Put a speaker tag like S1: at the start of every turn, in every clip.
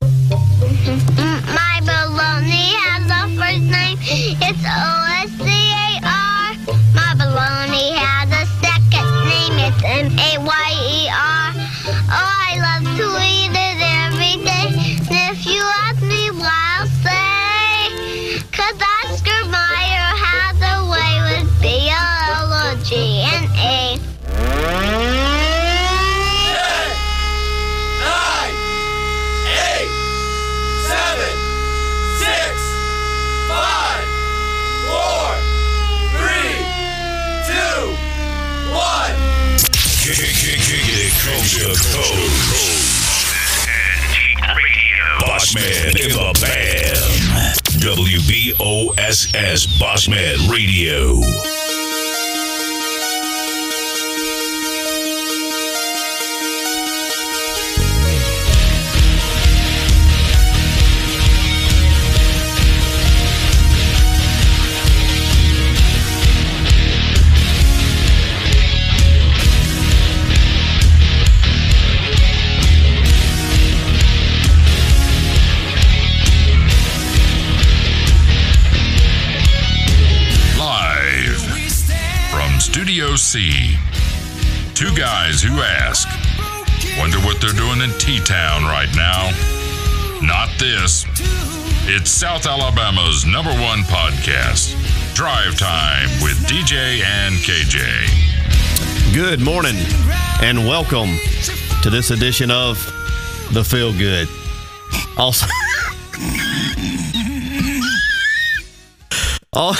S1: Mm, My baloney has a first name. It's O S C A R. My baloney has a second name. It's M A Y E R. Oh, I love to eat it every day. And if you ask me why, I'll say, cause Oscar Mayer has a way with B L O G N A.
S2: nine, eight, seven, six, five, four, three, two, one.
S3: Giggity Culture Code. Bossman in the band. WBOSS Bossman Radio.
S4: Live from Studio C. Two guys who ask, wonder what they're doing in T Town right now. Not this. It's South Alabama's number one podcast, Drive Time with DJ and KJ.
S5: Good morning and welcome to this edition of The Feel Good. Also, Al-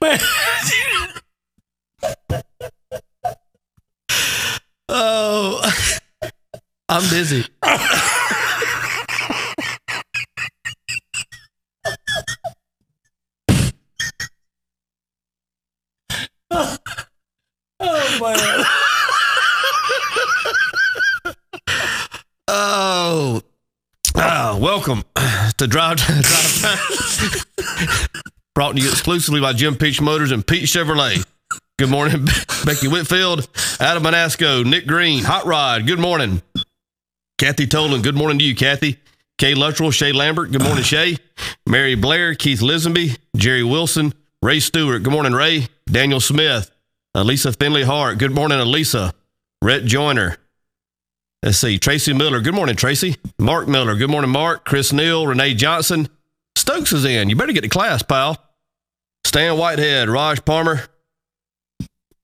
S5: Man. oh, I'm dizzy. Oh, ah, welcome to Drive Drive Time. Brought to you exclusively by Jim Peach Motors and Pete Chevrolet. Good morning, Becky Whitfield, Adam Manasco, Nick Green, Hot Rod. Good morning, Kathy Tolan. Good morning to you, Kathy. Kay Luttrell, Shay Lambert. Good morning, Shay. Mary Blair, Keith Lisenby, Jerry Wilson, Ray Stewart. Good morning, Ray. Daniel Smith, Elisa Finley Hart. Good morning, Elisa. Rhett Joyner. Let's see. Tracy Miller. Good morning, Tracy. Mark Miller. Good morning, Mark. Chris Neal. Renee Johnson. Stokes is in. You better get to class, pal. Stan Whitehead. Raj Palmer.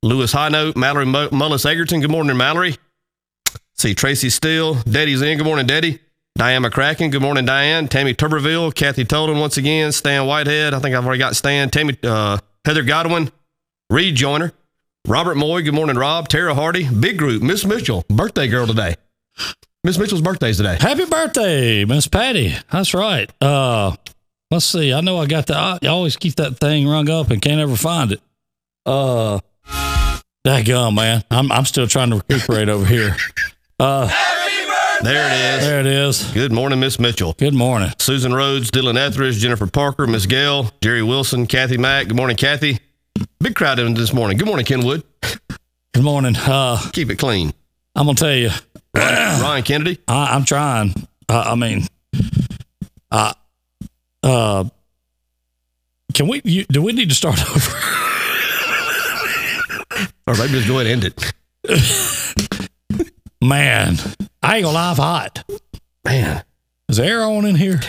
S5: Lewis Highnote. Mallory Mo- Mullis Egerton. Good morning, Mallory. see. Tracy Steele. Daddy's in. Good morning, Daddy. Diane McCracken. Good morning, Diane. Tammy Tuberville. Kathy Tolan once again. Stan Whitehead. I think I've already got Stan. Tammy, uh, Heather Godwin. Reed Joyner. Robert Moy, good morning, Rob. Tara Hardy, big group. Miss Mitchell, birthday girl today. Miss Mitchell's birthday's today.
S6: Happy birthday, Miss Patty. That's right. Uh, let's see. I know I got the. I always keep that thing rung up and can't ever find it. Uh, that gum, man. I'm I'm still trying to recuperate over here.
S5: There it is.
S6: There it is.
S5: Good morning, Miss Mitchell.
S6: Good morning.
S5: Susan Rhodes, Dylan Etheridge, Jennifer Parker, Miss Gale, Jerry Wilson, Kathy Mack. Good morning, Kathy. Big crowd in this morning. Good morning, Kenwood.
S6: Good morning. Uh,
S5: Keep it clean.
S6: I'm gonna tell you,
S5: Ryan Kennedy.
S6: I, I'm trying. Uh, I mean, I uh, can we? You, do we need to start over?
S5: Or maybe just go ahead and end it.
S6: Man, I ain't gonna lie, I'm hot.
S5: Man,
S6: Is the air on in here?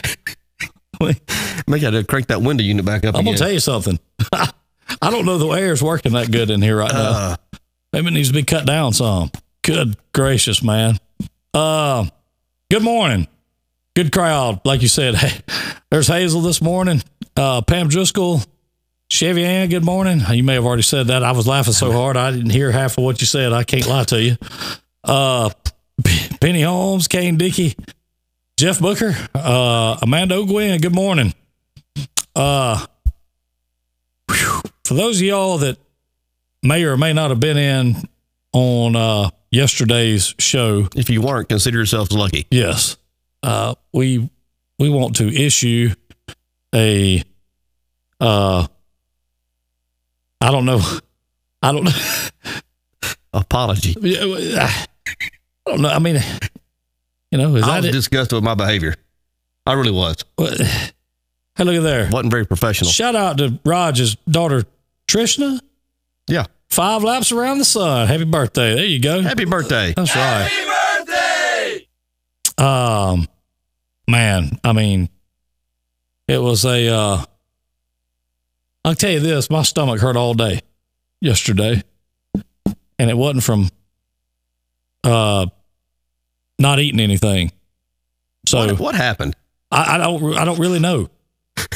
S5: make I crank that window unit back up.
S6: I'm
S5: again.
S6: gonna tell you something. I don't know the air's working that good in here right
S5: Uh.
S6: now. Maybe it needs to be cut down some. Good gracious, man. Uh, good morning. Good crowd, like you said. Hey, there's Hazel this morning. Uh, Pam Driscoll, Chevy Ann. Good morning. You may have already said that. I was laughing so hard I didn't hear half of what you said. I can't lie to you. Uh, P- Penny Holmes, Kane Dickey, Jeff Booker, uh, Amanda O'Gwen. Good morning. Uh, whew. for those of y'all that may or may not have been in on uh, yesterday's show,
S5: If you weren't, consider yourselves lucky.
S6: yes, uh, we we want to issue a uh, I don't know, I don't.
S5: Apology.
S6: Yeah, well, ah, I don't know. I mean, you know, is
S5: I
S6: that
S5: was
S6: it?
S5: disgusted with my behavior. I really was.
S6: What- hey, look at there.
S5: Wasn't very professional.
S6: Shout out to Raj's daughter, Trishna.
S5: Yeah.
S6: Five laps around the sun. Happy birthday. There you go.
S5: Happy birthday.
S6: That's right.
S2: Happy birthday!
S6: Um, man, I mean, it was a. Uh, I'll tell you this: my stomach hurt all day yesterday, and it wasn't from uh not eating anything. So Oh.
S5: What, what happened?
S6: I, I don't I don't really know.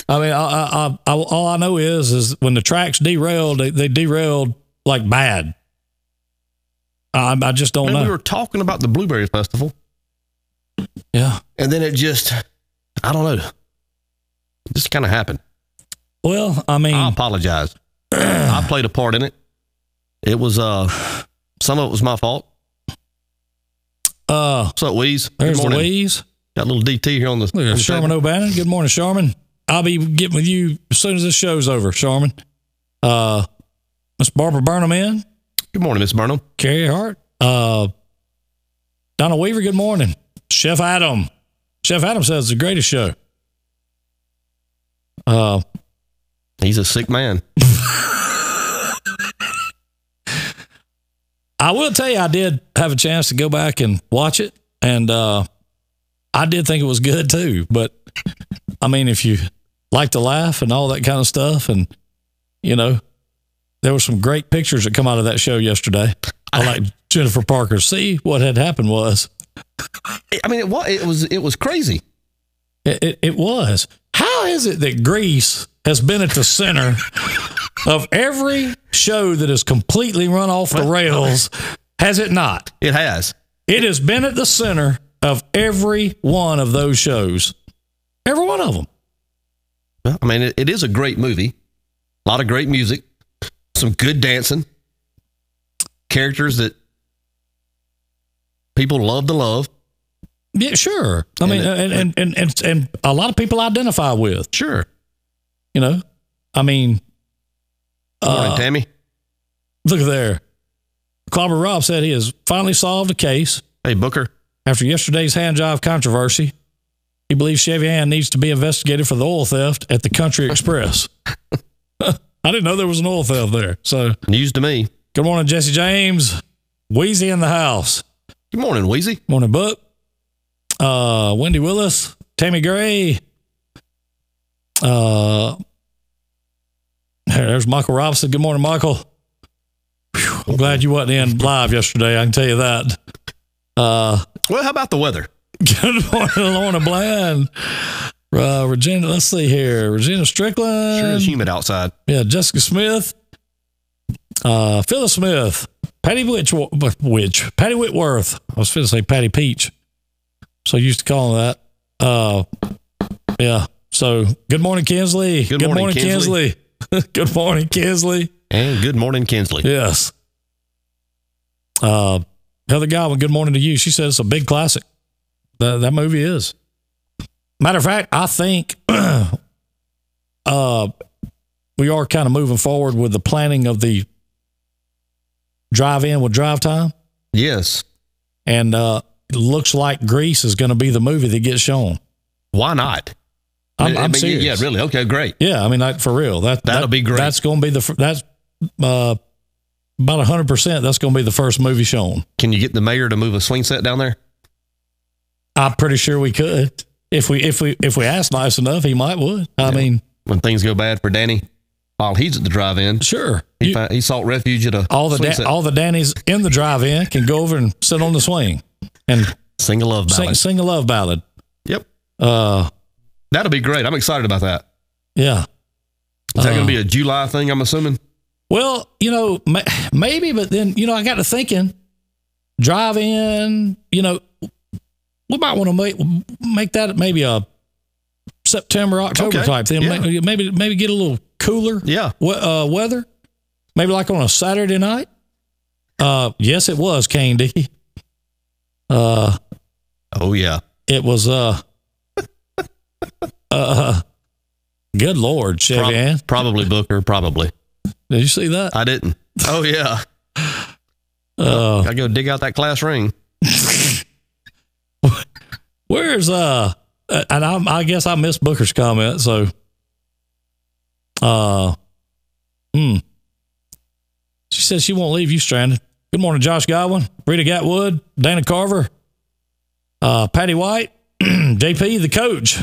S6: I mean, I, I, I, I, all I know is is when the tracks derailed, they, they derailed like bad. I, I just don't
S5: Man,
S6: know.
S5: We were talking about the Blueberry Festival,
S6: yeah.
S5: and then it just, I don't know, it just kind of happened.
S6: Well, I mean,
S5: I apologize. I played a part in it. It was, uh, some of it was my fault.
S6: uh,
S5: What's up, Weeze? Good
S6: there's
S5: morning.
S6: Louise.
S5: Got a little DT here on the. on the
S6: Sharman
S5: table.
S6: O'Bannon. Good morning, Sharman. I'll be getting with you as soon as this show's over, Sharman. Uh, Miss Barbara Burnham in,
S5: Good morning, Miss Burnham.
S6: Carrie Hart, uh, Donna Weaver. Good morning, Chef Adam. Chef Adam says it's the greatest show. Uh,
S5: He's a sick man.
S6: I will tell you, I did have a chance to go back and watch it, and uh, I did think it was good too. But I mean, if you like to laugh and all that kind of stuff, and you know, there were some great pictures that come out of that show yesterday. I like Jennifer Parker. See what had happened was
S5: I mean, it was it was it was crazy.
S6: it, it, it was how is it that Greece has been at the center of every show that is completely run off the rails? Has it not?
S5: It has.
S6: It has been at the center of every one of those shows. Every one of them.
S5: Well, I mean, it, it is a great movie. A lot of great music, some good dancing, characters that people love to love.
S6: Yeah, sure. I mean, and and, and and and a lot of people identify with.
S5: Sure.
S6: You know, I mean,
S5: Morning, Tammy.
S6: look at there. Clobber Rob said he has finally solved a case
S5: Hey, Booker.
S6: after yesterday's hand job controversy. He believes Chevy Ann needs to be investigated for the oil theft at the Country Express. I didn't know there was an oil theft there. So,
S5: News to me.
S6: good morning, Jesse James. Wheezy in the house.
S5: Good morning, Wheezy.
S6: Morning, Buck. Uh, Wendy Willis, Tammy Gray. Uh, there- there's Michael Robinson. Good morning, Michael. Phew, I'm glad you wasn't in live yesterday. I can tell you that. Uh,
S5: Well, how about the weather?
S6: good morning, Lorna Bland. Uh, Regina, let's see here. Regina Strickland.
S5: Sure is humid outside.
S6: Yeah, Jessica Smith, uh, Phyllis Smith, Patty Witch, Witch, Patty Whitworth. I was going to say Patty Peach, so I used to call her that. Uh, yeah. So, good morning, Kinsley.
S5: Good morning, Kinsley.
S6: Kinsley. good morning, Kinsley.
S5: And good morning, Kinsley.
S6: Yes. Uh, Heather Godwin, good morning to you. She says it's a big classic. That, that movie is. Matter of fact, I think uh, we are kind of moving forward with the planning of the drive in with drive time.
S5: Yes.
S6: And uh, it looks like Grease is going to be the movie that gets shown.
S5: Why not?
S6: I'm,
S5: I
S6: I'm
S5: mean,
S6: serious.
S5: Yeah, really. Okay, great.
S6: Yeah, I mean, like for real. That
S5: That'll
S6: that-
S5: be great.
S6: That's going to be the fir- that's uh, about hundred percent. That's going to be the first movie shown.
S5: Can you get the mayor to move a swing set down there?
S6: I'm pretty sure we could if we if we if we asked nice enough, he might would. I mean,
S5: When things go bad for Danny, while he's at the drive-in,
S6: sure.
S5: he,
S6: You-
S5: fi- he sought refuge at a
S6: all the
S5: swing
S6: da-
S5: set.
S6: all the Dannies in the drive-in can go over and sit on the swing and
S5: sing a love
S6: sing
S5: ballad.
S6: sing a love ballad.
S5: Yep.
S6: Uh,
S5: That'll be great. I'm excited about that.
S6: yeah.
S5: Is that going to be a
S6: Uh-huh.
S5: July thing? I'm assuming.
S6: Well, you know, ma- maybe, but then you know, I got to thinking, drive in. You know, we might want to make make that maybe a September October
S5: Okay,
S6: type thing.
S5: yeah.
S6: Maybe, maybe maybe get a little cooler.
S5: Yeah.
S6: we- uh, weather. Maybe like on a Saturday night. Uh, yes, it was Kane Dickey. Uh,
S5: Oh yeah.
S6: it was uh, uh, good Lord, Chevy
S5: Prob-
S6: Ann.
S5: Probably Booker. Probably.
S6: Did you see that?
S5: I didn't. Oh yeah.
S6: Uh,
S5: I go dig out that class ring.
S6: Where's uh? And I'm, I guess I missed Booker's comment. So, uh, hmm. She says she won't leave you stranded. Good morning, Josh Godwin, Rita Gatwood, Dana Carver, uh, Patty White, JP the coach.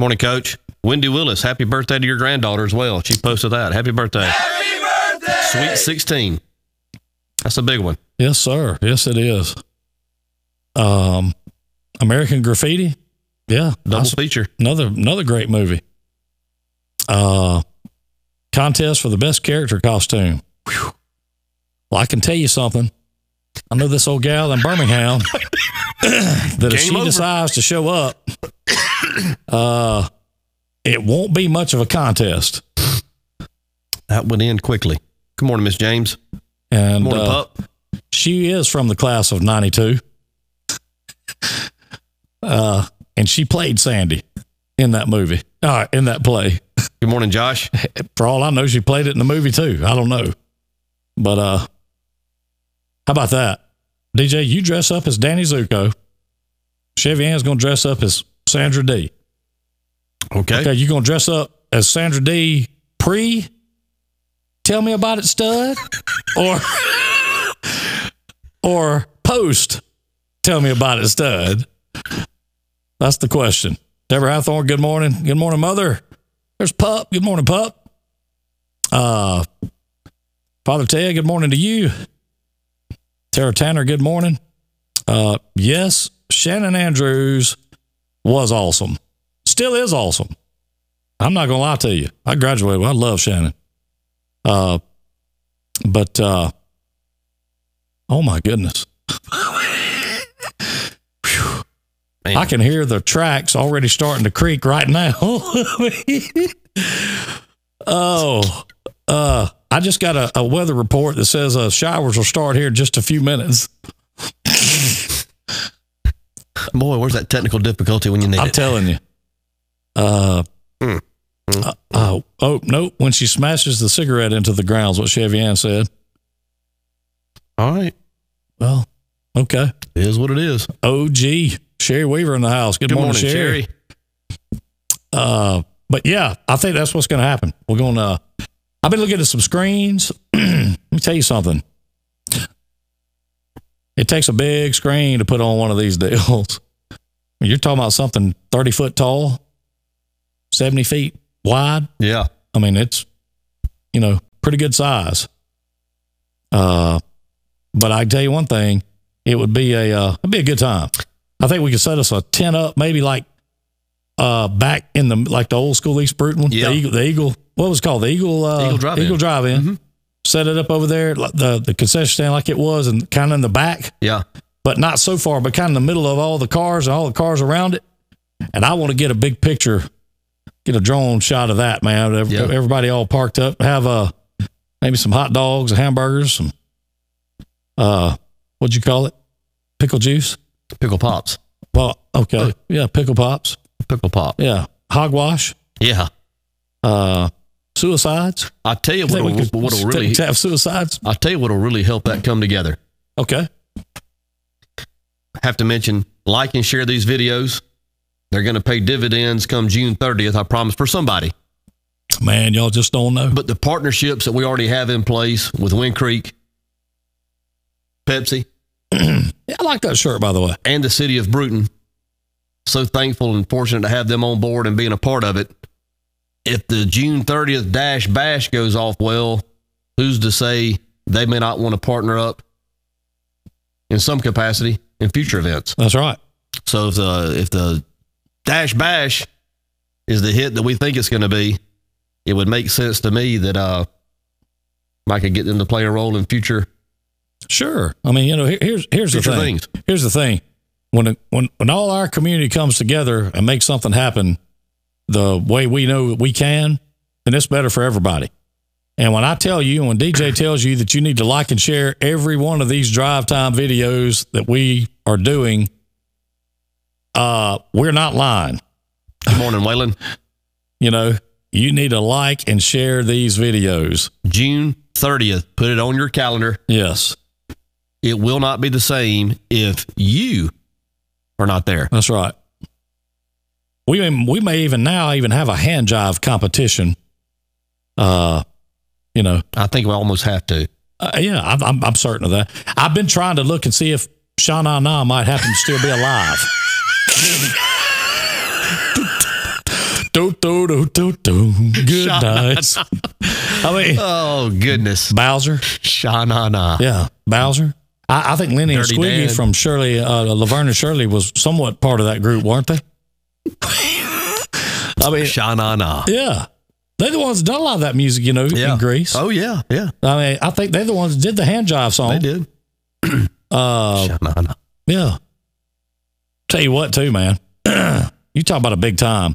S5: Morning, Coach. Wendy Willis, happy birthday to your granddaughter as well. She posted that. Happy birthday.
S2: Happy birthday!
S5: Sweet 16. That's a big one.
S6: Yes, sir. Yes, it is. Um, American Graffiti. Yeah,
S5: Double
S6: that's
S5: feature.
S6: another another great movie. Uh, contest for the best character costume. Whew. Well, I can tell you something. I know this old gal in Birmingham that if
S5: Game
S6: she
S5: over.
S6: decides to show up, uh, it won't be much of a contest.
S5: That would end quickly. Good morning, Miss James.
S6: And
S5: Good morning,
S6: uh,
S5: Pup.
S6: she is from the class of 92 uh, and she played sandy in that movie uh, in that play
S5: Good morning, Josh.
S6: for all i know she played it in the movie too i don't know but uh how about that dj you dress up as danny zuko chevy ann's gonna dress up as sandra d
S5: Okay.
S6: okay you gonna dress up as sandra d pre tell me about it stud or or post tell me about it stud that's the question deborah hathorne good morning good morning mother there's pup good morning pup uh father ted good morning to you tara tanner good morning uh yes shannon andrews was awesome still is awesome i'm not gonna lie to you i graduated i love shannon uh but uh Oh my goodness. Phew.
S5: Man.
S6: I can hear the tracks already starting to creak right now. oh, uh, I just got a, a weather report that says uh, showers will start here in just a few minutes.
S5: Boy, where's that technical difficulty when you need
S6: I'm
S5: it?
S6: telling you. Uh, uh, uh, oh, nope. When she smashes the cigarette into the grounds, what Chevy Ann said.
S5: All right.
S6: Well, okay.
S5: It is what it is. Good,
S6: OG. Sherry Weaver in the house. Good, morning, Sherry. Uh, but yeah, I think that's what's going to happen. We're going to. I've been looking at some screens. Let me tell you something. It takes a big screen to put on one of these deals. When You're talking about something 30 foot tall, 70 feet wide.
S5: Yeah.
S6: I mean, it's, you know, pretty good size. Uh, but I can tell you one thing, it would be a, uh, it'd be a good time. I think we could set us a tent up, maybe like, uh, back in the like the old school East Bruton one.
S5: Yeah.
S6: The Eagle, the Eagle, what was it called the Eagle, uh,
S5: Eagle Drive-In. Mm-hmm.
S6: Eagle Drive-In. Set it up over there, like the the concession stand, like it was, and kind of in the back
S5: Yeah.
S6: but not so far, but kind of in the middle of all the cars and all the cars around it. And I want to get a big picture, get a drone shot of that, man. Ev-
S5: Yeah.
S6: Everybody all parked up, have uh, maybe some hot dogs, hamburgers, some, uh, what'd you call it? Pickle juice?
S5: Pickle pops.
S6: Well, okay. Yeah, pickle pops.
S5: Pickle pop.
S6: Yeah. Hogwash.
S5: Yeah.
S6: Uh, suicides.
S5: I tell you
S6: I think
S5: what'll,
S6: we could
S5: what'll really
S6: t- have suicides.
S5: I tell you what'll really help that come together.
S6: Okay.
S5: Have to mention like and share these videos. They're going to pay dividends come June 30th, I promise, for somebody.
S6: Man, y'all just don't know.
S5: But the partnerships that we already have in place with Wind Creek, Pepsi,
S6: Yeah, I like that shirt, by the way.
S5: and the city of Bruton. So thankful and fortunate to have them on board and being a part of it. If the June 30th Dash Bash goes off well, who's to say they may not want to partner up in some capacity in future events?
S6: That's right.
S5: So if the if the Dash Bash is the hit that we think it's going to be, it would make sense to me that uh, I could get them to play a role in future.
S6: Sure. I mean, you know, here, here's here's the
S5: Future
S6: thing.
S5: things.
S6: Here's the thing. When when when all our community comes together and makes something happen, the way we know that we can, then it's better for everybody. And when I tell you, when DJ tells you that you need to like and share every one of these drive time videos that we are doing, uh, we're not lying.
S5: Good morning, Waylon.
S6: You know, you need to like and share these videos.
S5: June 30th, put it on your calendar.
S6: Yes,
S5: it will not be the same if you are not there.
S6: that's right. We may- we may even now even have a hand jive competition. Uh, you know,
S5: I think we almost have to.
S6: uh, yeah, I'm, I'm I'm certain of that. I've been trying to look and see if Shana Na might happen to still be alive. do, do, do, do, do. Good nights. I mean,
S5: Oh goodness,
S6: Bowser.
S5: sha na na.
S6: Yeah, Bowser. I, I think Lenny
S5: Dirty
S6: and Squiggy
S5: Dan.
S6: from Shirley, uh, Laverne and Shirley was somewhat part of that group, weren't they? I mean,
S5: Sha na na.
S6: yeah, they're the ones that done a lot of that music, you know,
S5: Yeah.
S6: in Greece.
S5: Oh yeah, yeah.
S6: I mean, I think they're the ones that did the hand jive song.
S5: They did.
S6: Oh. Uh,
S5: Sha na na.
S6: yeah. Tell you what, too, man. you talk about a big time.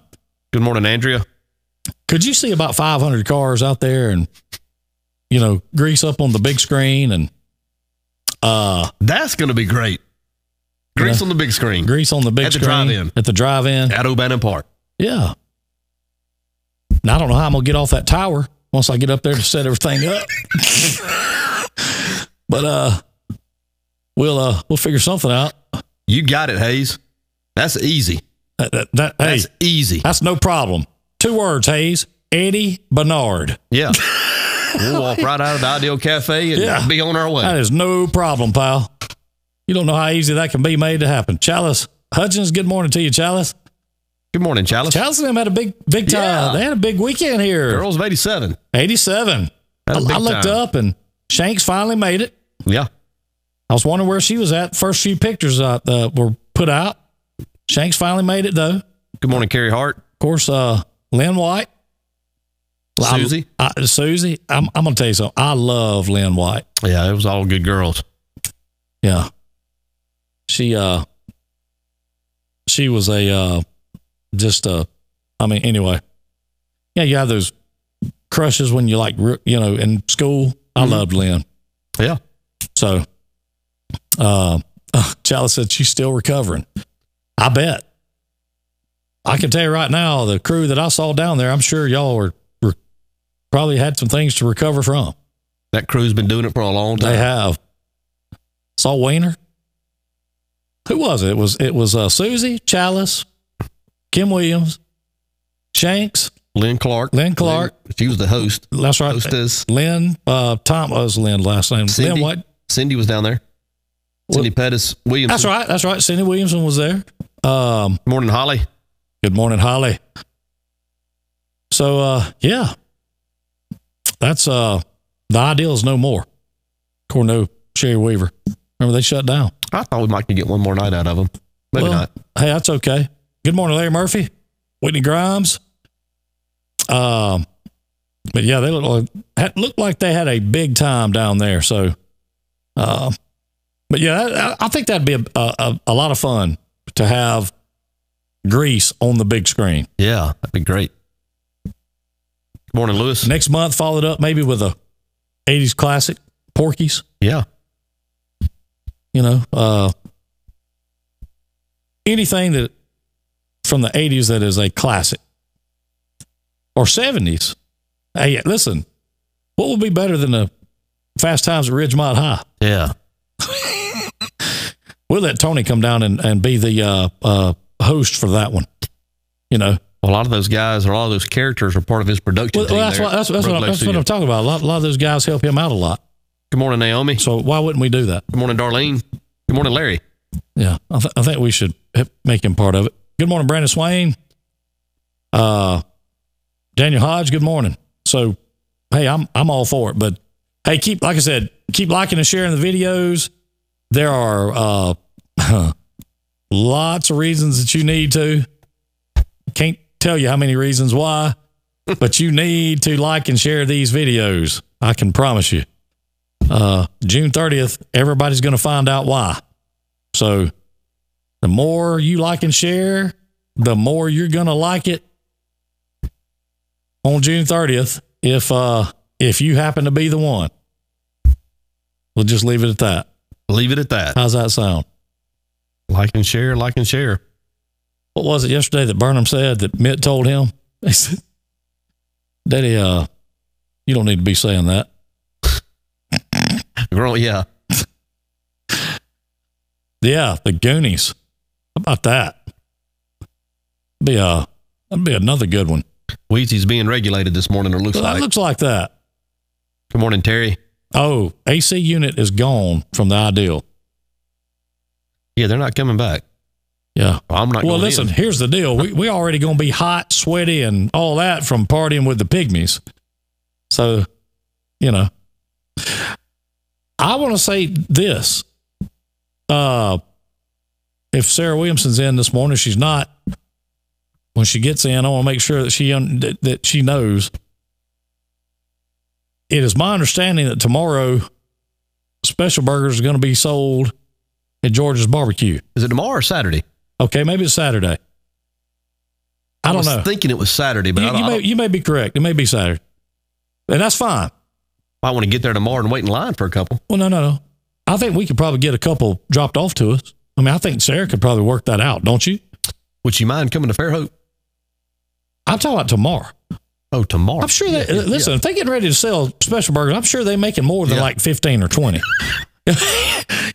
S5: Good morning, Andrea.
S6: Could you see about 500 cars out there and, you know, grease up on the big screen and uh,
S5: That's gonna be great. Grease
S6: Yeah.
S5: on the big screen
S6: grease on the big
S5: At the
S6: screen
S5: drive-in.
S6: at the drive in?
S5: at O'Bannon Park.
S6: Yeah. And I don't know how I'm gonna get off that tower once I get up there to set everything up. but uh we'll uh we'll figure something out.
S5: You got it, Hayes. That's easy.
S6: That, that, that- hey,
S5: That's
S6: that's,
S5: easy.
S6: no problem. Two words, Hayes. Eddie Bernard.
S5: Yeah. we'll walk right out of the Ideal Cafe and
S6: Yeah.
S5: be on our way.
S6: That is no problem, pal. You don't know how easy that can be made to happen. Chalice Hutchins, good morning to you, Chalice.
S5: Good morning, Chalice.
S6: Chalice and them had a big big time.
S5: Yeah.
S6: They had a big weekend here.
S5: Girls of 87.
S6: 87. I,
S5: Had a big
S6: I looked
S5: time.
S6: up and Shanks finally made it.
S5: Yeah.
S6: I was wondering where she was at. First few pictures uh, uh, were put out. Shanks finally made it though. Of
S5: Good morning, Carrie Hart.
S6: course, uh, Lynn White, I-
S5: Susie.
S6: I, Susie. I'm, I'm gonna tell you something. I love Lynn White.
S5: Yeah, it was all good girls.
S6: Yeah, she uh, she was a uh, just uh, I mean, anyway, yeah, you have those crushes when you like, re- you know, in school. I loved Lynn.
S5: Yeah.
S6: So, uh, Chalice said she's still recovering. I bet. I can tell you right now, the crew that I saw down there, I'm sure y'all were, were probably had some things to recover from.
S5: That crew's been doing it for a long
S6: They
S5: time.
S6: have. Saw Wayner. Who was it? It was it was uh, Susie Chalice, Kim Williams, Shanks,
S5: Lynn Clark.
S6: Lynn Clark.
S5: She was the host.
S6: That's right.
S5: Hostess.
S6: Lynn uh, Tom was Lynn last name.
S5: Cindy.
S6: Lynn what?
S5: Cindy was down there. Cindy Pettis Williams.
S6: That's right. That's right. Cindy Williamson was there. Um,
S5: Good morning, Holly.
S6: Good morning, Holly. So uh yeah. That's uh the ideal is no more. Corno Sherry Weaver. Remember they shut down.
S5: I thought we might could get one more night out of them. Maybe
S6: Well,
S5: not.
S6: Hey, that's okay. Good morning, Larry Murphy, Whitney Grimes. Um but yeah, they looked like had- looked like they had a big time down there. So uh but yeah, I- I, I think that'd be a, a, a- a lot of fun to have Greece on the big screen.
S5: Yeah, that'd be great. Good morning, Lewis.
S6: Next month, followed up maybe with a 80s classic, Porky's,
S5: Yeah.
S6: you know, uh, anything that from the 80s that is a classic or 70s. Hey, listen, what would be better than the Fast Times at Ridgemont High?
S5: Yeah.
S6: We'll let Tony come down and, and be the uh, uh, host for that one, you know.
S5: Well, a lot of those guys, or a lot of those characters, are part of his production
S6: Well,
S5: team.
S6: that's,
S5: there
S6: what, that's, that's,
S5: at
S6: what, I'm-
S5: Brooklyn
S6: that's what
S5: Studio.
S6: I'm talking about. A lot, a lot of those guys help him out a lot.
S5: Good morning, Naomi.
S6: So why wouldn't we do that?
S5: Good morning, Darlene. Good morning, Larry.
S6: Yeah, I, th- I think we should h- make him part of it. Good morning, Brandon Swain. Uh, Daniel Hodge. Good morning. So, hey, I'm I'm all for it. But hey, keep like I said, keep liking and sharing the videos. There are uh, lots of reasons that you need to. Can't tell you how many reasons why, but you need to like and share these videos. I can promise you. Uh, June 30th, everybody's going to find out why. So the more you like and share, the more you're gonna like it on June 30th if uh if you happen to be the one. We'll just leave it at that.
S5: Leave it at that.
S6: How's that sound?
S5: Like and share, like and share.
S6: What was it yesterday that Burnham said that Mitt told him? He said, Daddy, uh, you don't need to be saying that.
S5: Girl, yeah.
S6: Yeah, the Goonies. How about that? Be a that'd be another good one.
S5: Wheezy's being regulated this morning, or looks
S6: That
S5: like.
S6: looks like that.
S5: Good morning, Terry.
S6: Oh, AC unit is gone from the ideal.
S5: Yeah, they're not coming back.
S6: Yeah.
S5: I'm not.
S6: Well,
S5: going
S6: listen,
S5: In.
S6: here's the deal. We we already gonna be hot, sweaty, and all that from partying with the pygmies. So, you know. I wanna say this. Uh if Sarah Williamson's in this morning, she's not. When she gets in, I want to make sure that she un- that- that she knows. It is my understanding that tomorrow, special burgers are going to be sold at George's Barbecue.
S5: Is it tomorrow or Saturday?
S6: Okay, maybe it's Saturday. I don't
S5: was
S6: know.
S5: Thinking it was Saturday, but
S6: You,
S5: I, don't,
S6: you
S5: I,
S6: may,
S5: don't-
S6: you may be correct. It may be Saturday, and that's fine.
S5: I want to get there tomorrow and wait in line for a couple.
S6: Well, no, no, no. I think we could probably get a couple dropped off to us. I mean, I think Sarah could probably work that out, don't you?
S5: Would you mind coming to Fairhope?
S6: I'm talking about tomorrow.
S5: Oh, tomorrow.
S6: I'm sure that.
S5: Yeah, yeah,
S6: listen, if they get ready to sell special burgers, I'm sure they're making more than
S5: Yeah.
S6: like fifteen or twenty.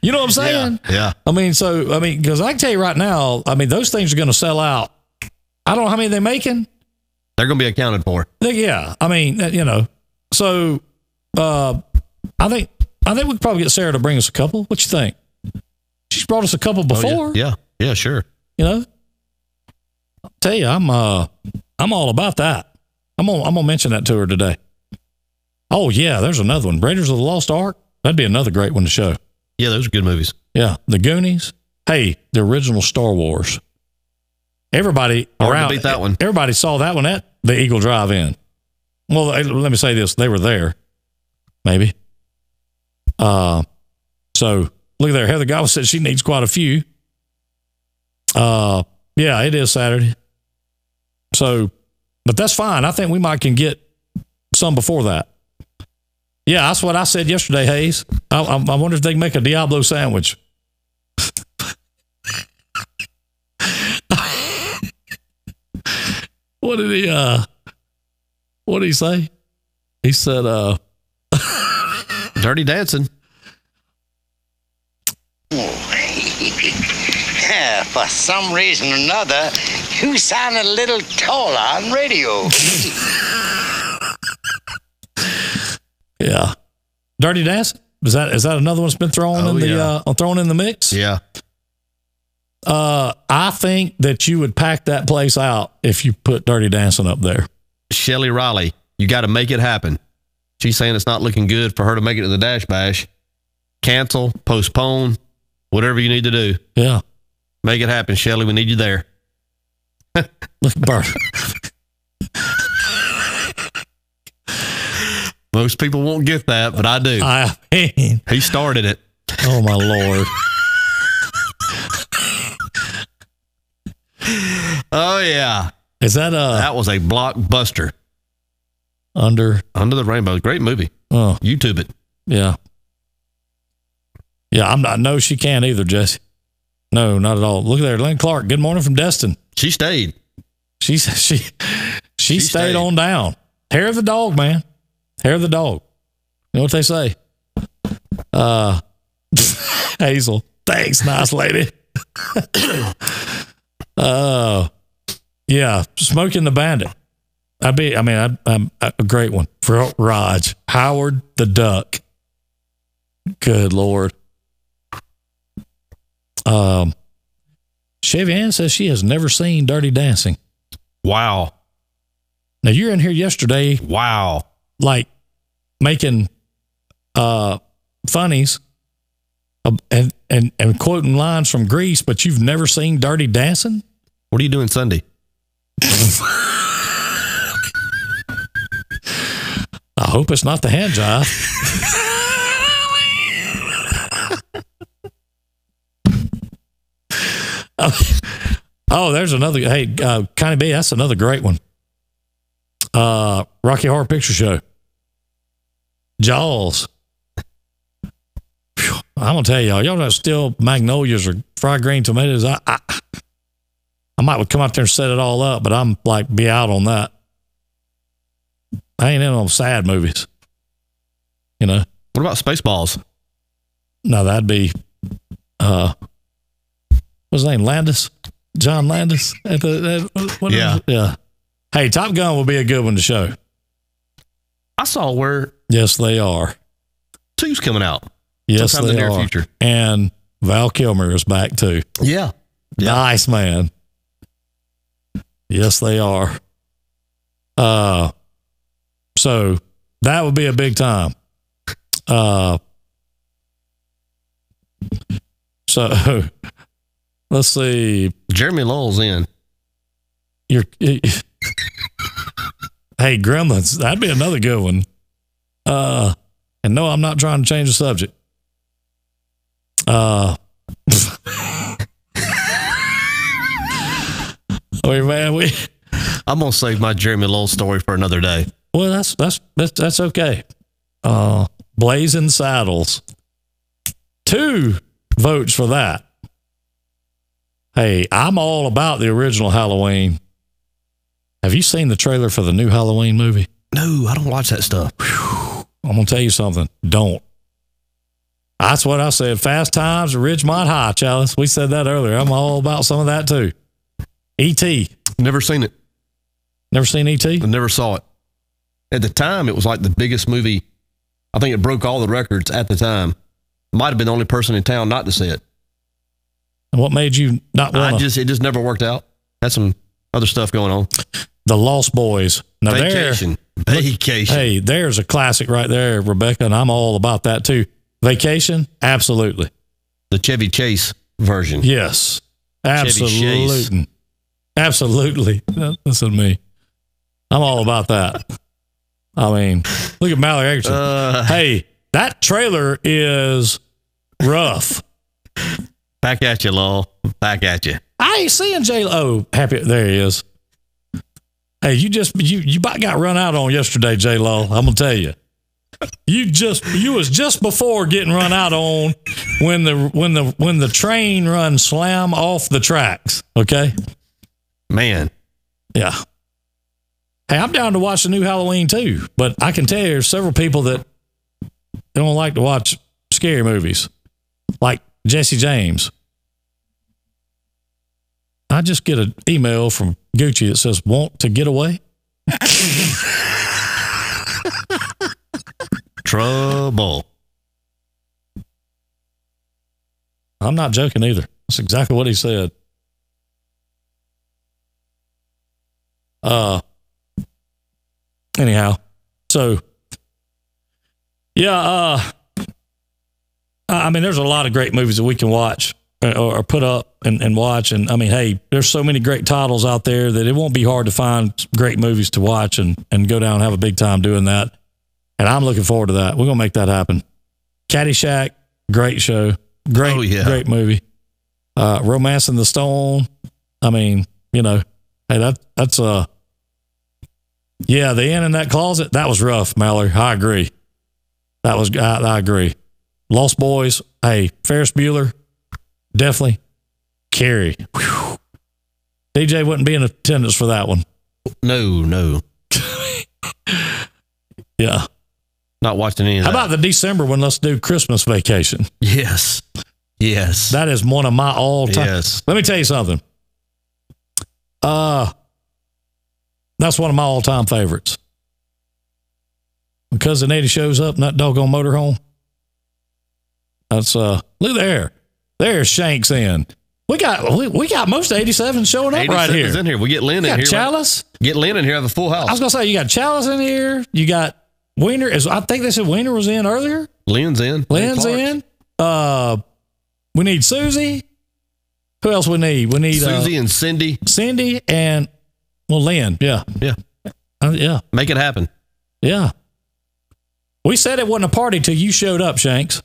S6: you know what I'm
S5: Yeah.
S6: saying?
S5: yeah.
S6: I mean, so I mean, because I can tell you right now, I mean, those things are going to sell out. I don't know how many they're making.
S5: They're going to be accounted for.
S6: They- yeah, I mean, uh, you know, so uh, I think I think we could probably get Sarah to bring us a couple. What you think? She's brought us a couple
S5: Oh, yeah.
S6: before.
S5: yeah. Yeah. Sure.
S6: You know, I'll tell you, I'm uh, I'm all about that. I'm gonna I'm gonna mention that to her today. Oh yeah, there's another one. Raiders of the Lost Ark. That'd be another great one to show.
S5: Yeah. Those are good movies.
S6: Yeah, the Goonies. Hey, the original Star Wars. Everybody
S5: Hard to
S6: around
S5: beat that one.
S6: Everybody saw that one at the Eagle Drive-In. Well, eh, let me say this: they were there, maybe. Uh, so look there. Heather Goff said she needs quite a few. Uh, yeah, it is Saturday. So, but that's fine. I think we might can get some before that. Yeah, that's what I said yesterday, Hayes. I, I, I wonder if they can make a Diablo sandwich. what did he uh what did he say? He said uh
S5: Dirty Dancing.
S7: Yeah, for some reason or another, you sound a little taller on radio.
S6: yeah. Dirty Dancing? Is that is that another one that's been thrown
S5: Oh,
S6: in the
S5: yeah.
S6: uh thrown in the mix?
S5: Yeah.
S6: Uh I think that you would pack that place out if you put Dirty Dancing up there.
S5: Shelly Riley. You got to make it happen. She's saying it's not looking good for her to make it to the Dash Bash. Cancel, postpone, whatever you need to do.
S6: Yeah.
S5: Make it happen, Shelly. We need you there.
S6: Look Bert.
S5: Most people won't get that, but I do.
S6: I mean
S5: He started it.
S6: Oh my lord.
S5: Oh, yeah.
S6: Is that uh
S5: That was a blockbuster.
S6: under
S5: Under the Rainbow. Great movie.
S6: oh
S5: YouTube it.
S6: yeah. Yeah, I'm not no she can't either, Jesse. No, not at all. Look there, Lynn Clark. Good morning from Destin.
S5: She stayed.
S6: She she she, stayed,
S5: stayed.
S6: on down. Hair of the dog, man. Hair of the dog. You know what they say? Uh Hazel. Thanks, nice lady. uh yeah, smoking the bandit. I'd be I mean I'd, I'm a great one for Raj Howard the Duck. Good lord. Um Chevy Ann says she has never seen Dirty Dancing.
S5: Wow.
S6: Now you're in here yesterday,
S5: Wow.
S6: like making uh funnies uh, and and and quoting lines from Greece, but you've never seen Dirty Dancing.
S5: What are you doing Sunday?
S6: I hope it's not the hand job. oh, there's another. Hey, uh, Connie B, that's another great one. Uh, Rocky Horror Picture Show. Jaws. Phew, I'm gonna tell y'all, y'all know still magnolias or fried green tomatoes. I, I, I might would come out there and set it all up, but I'm like be out on that. I ain't in on sad movies. You know,
S5: What about Spaceballs?
S6: no, that'd be uh, what's his name, Landis. John Landis at the at, what
S5: Yeah.
S6: is it? yeah. Hey, Top Gun will be a good one to show.
S5: I saw where
S6: Yes, they are.
S5: two's coming out.
S6: Yes,
S5: Sometime in
S6: they
S5: the near
S6: are.
S5: future.
S6: And Val Kilmer is back too.
S5: Yeah.
S6: Nice man. Yes, they are. Uh, so that would be a big time. Uh, so let's see.
S5: Jeremy Lowell's in.
S6: You're, hey, Gremlins. That'd be another good one. Uh, and no, I'm not trying to change the subject. Uh, wait, man, we.
S5: I'm gonna save my Jeremy Lowell story for another day.
S6: Well, that's that's that's, that's okay. Uh, Blazing Saddles. Two votes for that. Hey, I'm all about the original Halloween. Have you seen the trailer for the new Halloween movie?
S5: No, I don't watch that stuff.
S6: I'm gonna tell you something. Don't. That's what I said. Fast Times, at Ridgemont High, Chalice. We said that earlier. I'm all about some of that too. E.T.
S5: Never seen it.
S6: Never seen E E.T.
S5: I never saw it. At the time, it was like the biggest movie. I think it broke all the records at the time. Might have been the only person in town not to see it.
S6: And what made you not
S5: I
S6: want to?
S5: just it just never worked out. Had some other stuff going on.
S6: The Lost Boys. Now there,
S5: Vacation, vacation.
S6: Hey, there's a classic right there, Rebecca, and I'm all about that too. Vacation? Absolutely.
S5: The Chevy Chase version.
S6: Yes.
S5: Chevy Chase.
S6: Absolutely. Absolutely. Now, Listen to me. I'm all about that. I mean, look at Mallory Eggerton.
S5: Uh,
S6: hey, that trailer is rough.
S5: back at you, Lowell. Back at you.
S6: I ain't seeing J Lo. Happy there he is. Hey, you just you you about got run out on yesterday, J Lo. I'm gonna tell you. You just you was just before getting run out on when the when the when the train run slam off the tracks. Okay.
S5: Man,
S6: Yeah. Hey, I'm down to watch the new Halloween too, but I can tell you there's several people that don't like to watch scary movies, like Jesse James. I just get an email from Gucci that says, Want to get away?
S5: trouble.
S6: I'm not joking either. That's exactly what he said. Uh anyhow, so yeah, uh I I mean there's a lot of great movies that we can watch or, or put up and, and watch and I mean hey, there's so many great titles out there that it won't be hard to find great movies to watch and and go down and have a big time doing that. And I'm looking forward to that. We're gonna make that happen. Caddyshack, great show. Great
S5: Oh, yeah.
S6: great movie. Uh Romance in the Stone. I mean, you know, hey that that's uh yeah, the end in that closet, that was rough, Mallory. I agree. That was I, I agree. Lost Boys, hey, Ferris Bueller, definitely. Carrie. Whew. DJ wouldn't be in attendance for that one.
S5: No, no.
S6: Yeah.
S5: Not watching any of
S6: How
S5: that.
S6: about the December one? Let's do Christmas vacation.
S5: yes. Yes.
S6: That is one of my all time.
S5: yes.
S6: Let me tell you something. Uh that's one of my all time favorites. When cousin Eddie shows up in that doggone motorhome. That's uh look there. There's Shanks in. We got we, we got most of eighty seven showing up right
S5: 87's
S6: here.
S5: in here. We get Lynn
S6: You
S5: in
S6: got
S5: here.
S6: Chalice.
S5: Get Lynn in here. Have a full house.
S6: I was gonna say you got Chalice in here. You got Wiener is I think they said Wiener was in earlier.
S5: Lynn's in.
S6: Lynn's
S5: Clark.
S6: in. Uh we need Susie. Who else we need? We need uh,
S5: Susie and Cindy.
S6: Cindy and well, Lynn. Yeah,
S5: Yeah.
S6: Uh, yeah,
S5: Make it happen.
S6: yeah. We said it wasn't a party till you showed up, Shanks.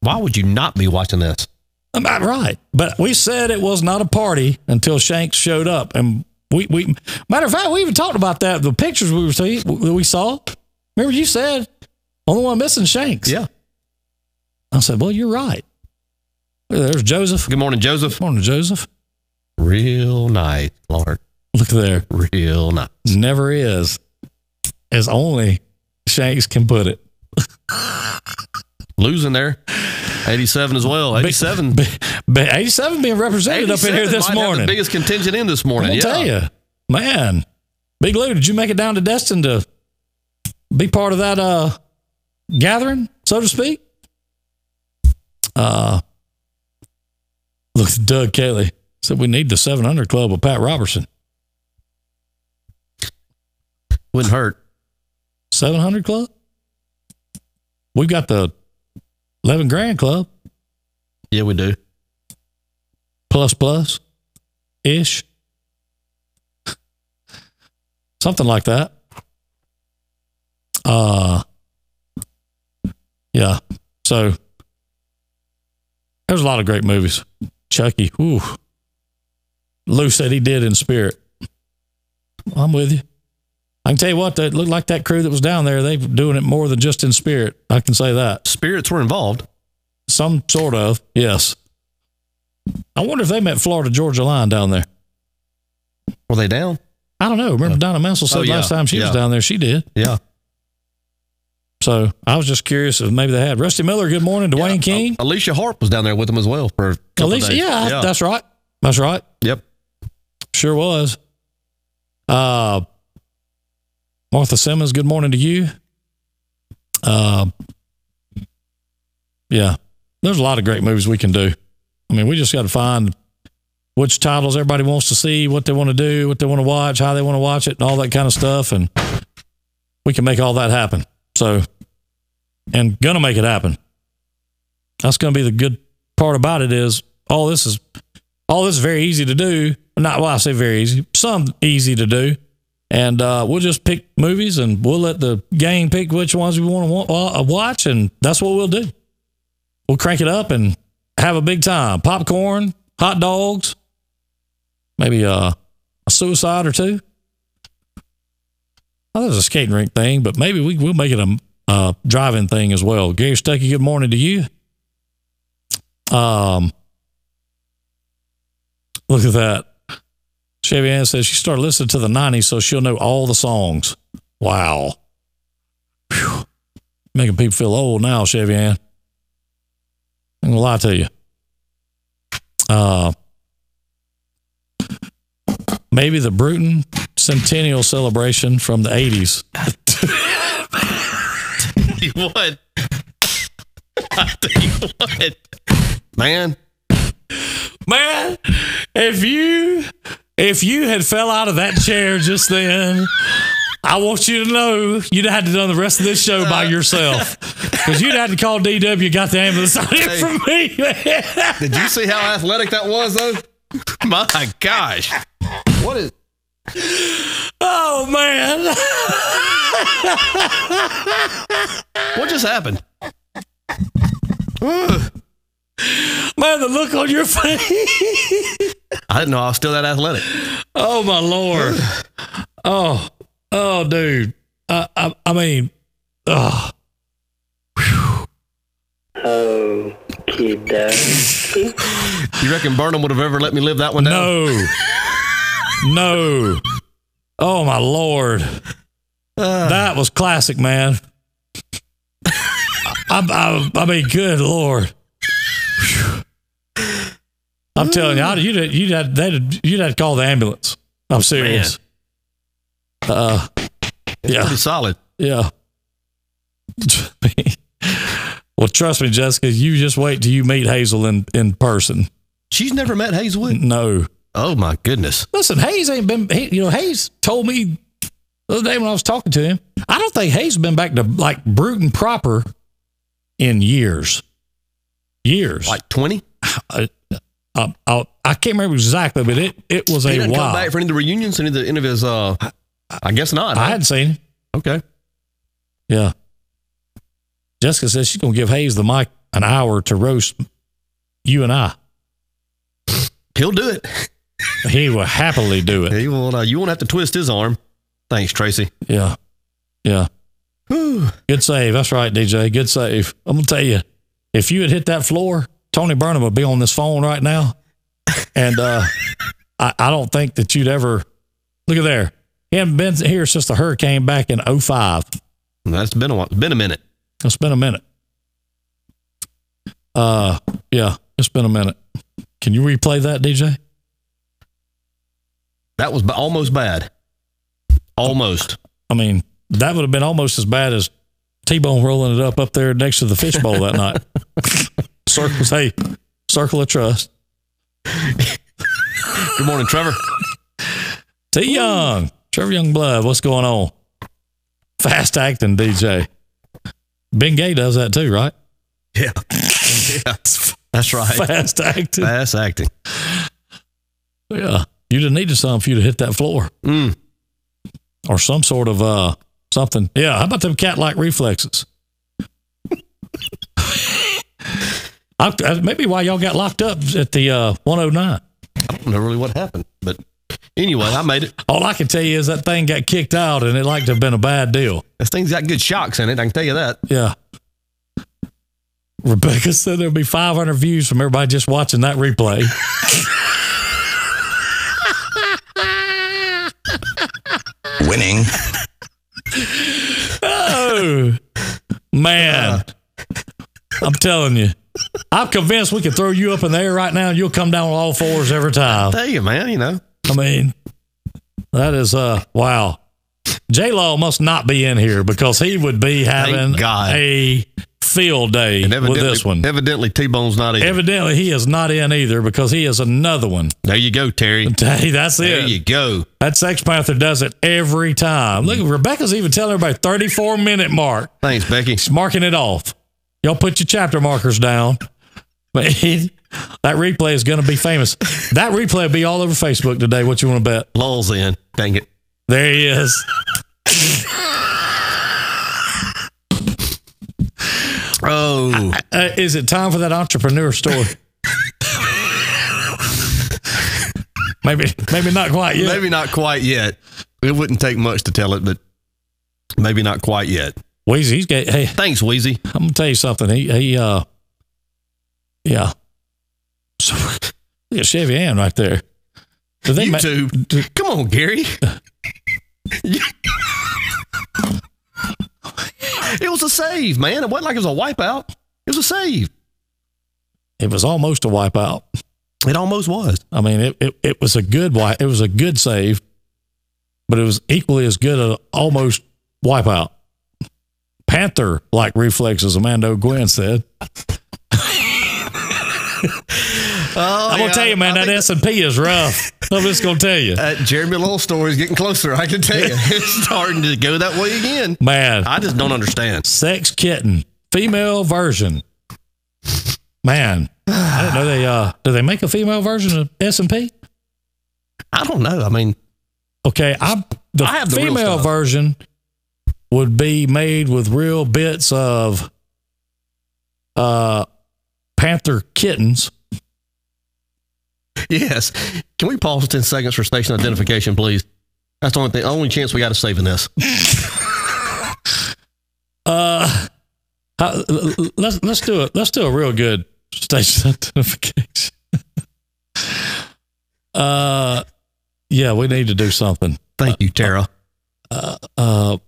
S5: Why would you not be watching this?
S6: I'm not right, but we said it was not a party until Shanks showed up, and we we matter of fact, we even talked about that. The pictures we were see, that we saw. Remember, you said only one missing Shanks. I said, well, you're right. There's Joseph.
S5: Good morning, Joseph.
S6: Morning, Joseph.
S5: Real nice, Lord.
S6: Look there.
S5: Real nice.
S6: Never is, as only Shanks can put it.
S5: losing there. 87 as well. 87.
S6: Be- be- 87 being represented up
S5: 87
S6: in here this
S5: might have
S6: morning.
S5: the biggest contingent in this
S6: I'm
S5: morning.
S6: gonna
S5: Yeah.
S6: tell you, man, Big Lou, did you make it down to Destin to be part of that uh, gathering, so to speak? Uh, look, Doug Kelly said we need the 700 Club with Pat Robertson.
S5: Wouldn't hurt.
S6: 700 Club? We've got the 11 Grand Club,
S5: Yeah, we do.
S6: plus plus ish. Something like that. Uh yeah. So there's a lot of great movies. Chucky. Ooh. Lou said he did in spirit. I'm with you. I can tell you what, that looked like that crew that was down there, they were doing it more than just in spirit. I can say that
S5: Spirits were involved.
S6: some sort of yes. I wonder if they met Florida Georgia line down there.
S5: Were they down?
S6: I don't know. Remember Donna Mansell said
S5: Oh, yeah.
S6: last time she was
S5: Yeah.
S6: down there, she did.
S5: Yeah.
S6: So I was just curious if maybe they had Rusty Miller. Good morning, Dwayne King,
S5: Uh, Alicia Harp was down there with them as well for a couple
S6: Alicia.
S5: days.
S6: Yeah, that's right. That's right.
S5: yep.
S6: Sure was. Uh, Martha Simmons. Good morning to you. Uh, yeah, there's a lot of great movies we can do. I mean, we just got to find which titles everybody wants to see, what they want to do, what they want to watch, how they want to watch it, and all that kind of stuff. And we can make all that happen. So, and gonna make it happen. That's gonna be the good part about it is all this is all Oh, this is very easy to do. Not well, I say very easy. Some easy to do, and uh, we'll just pick movies and we'll let the gang pick which ones we want to uh, watch, and that's what we'll do. We'll crank it up and have a big time. Popcorn, hot dogs, maybe uh, a suicide or two. Well, there's a skating rink thing, but maybe we, we'll make it a uh, driving thing as well. Gary Stuckey, good morning to you. Um, Look at that. Chevy Ann says she started listening to the 90s, so she'll know all the songs. Wow. Phew. Making people feel old now, Chevy Ann. I'm going to lie to you. Uh, maybe the Bruton Centennial Celebration from the 80s.
S5: what? I tell you what, man.
S6: Man, if you if you had fell out of that chair just then, I want you to know you'd have to done the rest of this show by yourself. Because you'd have to call DW, got the ambulance out here for me, man.
S5: Did you see how athletic that was, though? My gosh. What is.
S6: Oh man.
S5: What just happened?
S6: Man, the look on your face.
S5: I didn't know I was still that athletic.
S6: Oh my lord. Oh, oh dude. I I, I mean, oh,
S5: You reckon Burnham would have ever let me live that one down?
S6: no. No. Oh my lord.
S5: Uh,
S6: That was classic, man. I, I, I mean, good lord. Phew. I'm telling you, I, you'd you'd have, they'd, you'd have to call the ambulance. I'm serious. Uh, yeah,
S5: pretty solid.
S6: yeah. well, trust me, Jessica. You just wait till you meet Hazel in in person.
S5: She's never met Hazelwood.
S6: No,
S5: Oh, my goodness.
S6: Listen, Hayes ain't been. He, you know, Hayes told me the other day when I was talking to him. I don't think Hayes been back to like Bruton proper in years. Years.
S5: Like 20?
S6: I, I, I can't remember exactly, but it it was
S5: He
S6: a
S5: didn't come
S6: while.
S5: back for any of the reunions, any of, the, any of his. uh I guess not.
S6: I
S5: huh?
S6: hadn't seen him.
S5: okay.
S6: Yeah. Jessica says she's gonna give Hayes the mic an hour to roast you and I.
S5: He'll do it.
S6: He will happily do it.
S5: He will, uh, you won't have to twist his arm. Thanks, Tracy.
S6: Yeah. Yeah.
S5: Whew.
S6: Good save. That's right, DJ. Good save. I'm gonna tell you, if you had hit that floor, Tony Burnham would be on this phone right now, and uh, I, I don't think that you'd ever look at there. He hadn't been here since the hurricane back in 05.
S5: That's been a while. Been a minute.
S6: It's been a minute. Uh, yeah, it's been a minute. Can you replay that, DJ?
S5: That was ba- almost bad. Almost.
S6: I mean, that would have been almost as bad as T Bone rolling it up up there next to the fishbowl that night. Circles, hey, circle of trust.
S5: Good morning, Trevor.
S6: T Young, Trevor Youngblood, what's going on? Fast acting DJ. Ben Gay does that too, right?
S5: Yeah. That's right.
S6: Fast acting.
S5: Fast acting.
S6: Yeah. You'd have needed some for you to hit that floor.
S5: Mm.
S6: Or some sort of uh something. Yeah, how about them cat like reflexes? I, I, uh, maybe why y'all got locked up at the uh, 109.
S5: I don't know really what happened, but anyway, I made it.
S6: All I can tell you is that thing got kicked out and it like to have been a bad deal.
S5: This thing's got good shocks in it. I can tell you that.
S6: Yeah. Rebecca said there'll be 500 views from everybody just watching that replay.
S7: Winning.
S6: Oh, man. I'm telling you. I'm convinced we could throw you up in the air right now and you'll come down on all fours every time.
S5: Tell you, man. You know,
S6: I mean, that is, uh, wow. J Law must not be in here because he would be having
S5: God.
S6: a field day
S5: and
S6: with
S5: evidently,
S6: this one.
S5: evidently T-Bone's not in.
S6: Evidently, he is not in either because he is another one.
S5: there you go, Terry.
S6: Hey, that's
S5: There
S6: it.
S5: you go.
S6: That Sex Panther does it every time. Look, Rebecca's even telling everybody 34 minute mark.
S5: Thanks, Becky.
S6: She's marking it off. Y'all put your chapter markers down. But that replay is going to be famous. That replay will be all over Facebook today. What you want to bet?
S5: Lol's in. Dang it.
S6: There he is.
S5: Oh,
S6: Uh, is it time for that entrepreneur story? maybe, maybe not quite yet.
S5: maybe not quite yet. It wouldn't take much to tell it, but maybe not quite yet.
S6: Wheezy, he's got, hey,
S5: Thanks, Wheezy.
S6: I'm gonna tell you something. He he uh yeah. So yeah, Chevy Ann right there. Do they ma-
S5: YouTube. Come on, Gary. it was a save, man. It wasn't like it was a wipeout. It was a save.
S6: it was almost a wipeout.
S5: It almost was.
S6: I mean it, it, it was a good wipe it was a good save, but it was equally as good a almost wipeout. Panther like reflexes, Amando Gwen said.
S5: Oh,
S6: I'm gonna tell you, man, that S and P is rough. I'm just gonna tell you.
S5: that Uh, Jeremy Lowell story is getting closer. I can tell you, it's starting to go that way again.
S6: Man.
S5: I just don't understand.
S6: Sex Kitten, female version. Man, I didn't know they uh do they make a female version of S and P?
S5: I don't know. I mean,
S6: Okay, I the
S5: I have the real
S6: female
S5: stuff.
S6: version would be made with real bits of uh panther kittens.
S5: yes. Can we pause for ten seconds for station identification, please? That's the only thing, only chance we got of saving this.
S6: Uh how- l- l- let's let's do it. Let's do a real good station identification. uh yeah, we need to do something.
S5: Thank you, Tara.
S6: Uh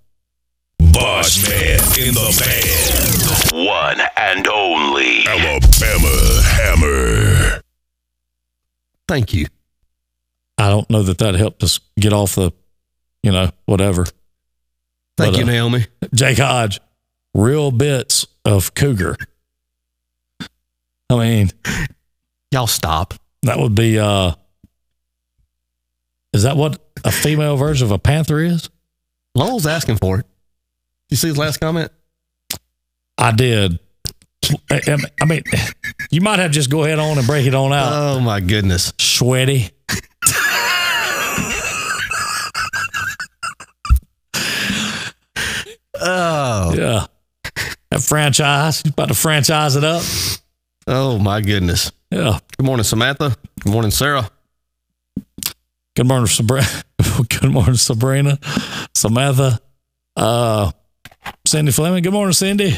S3: Boss Man in the Band. One and only Alabama Hammer.
S5: Thank you.
S6: I don't know that that helped us get off the, you know, whatever.
S5: Thank
S6: But,
S5: you,
S6: uh,
S5: Naomi.
S6: Jake Hodge, real bits of cougar. I mean,
S5: Y'all stop.
S6: that would be. uh Is that what a female version of a panther is?
S5: Lowell's asking for it. You see his last comment?
S6: I did. I, I- I mean, you might have just go ahead on and break it on out.
S5: Oh my goodness.
S6: Sweaty.
S5: Oh.
S6: Yeah. That franchise. You about to franchise it up.
S5: Oh my goodness.
S6: Yeah.
S5: Good morning, Samantha. Good morning, Sarah.
S6: Good morning, Sabrina. Good morning, Sabrina, Samantha, uh, Cindy Fleming. Good morning, Cindy.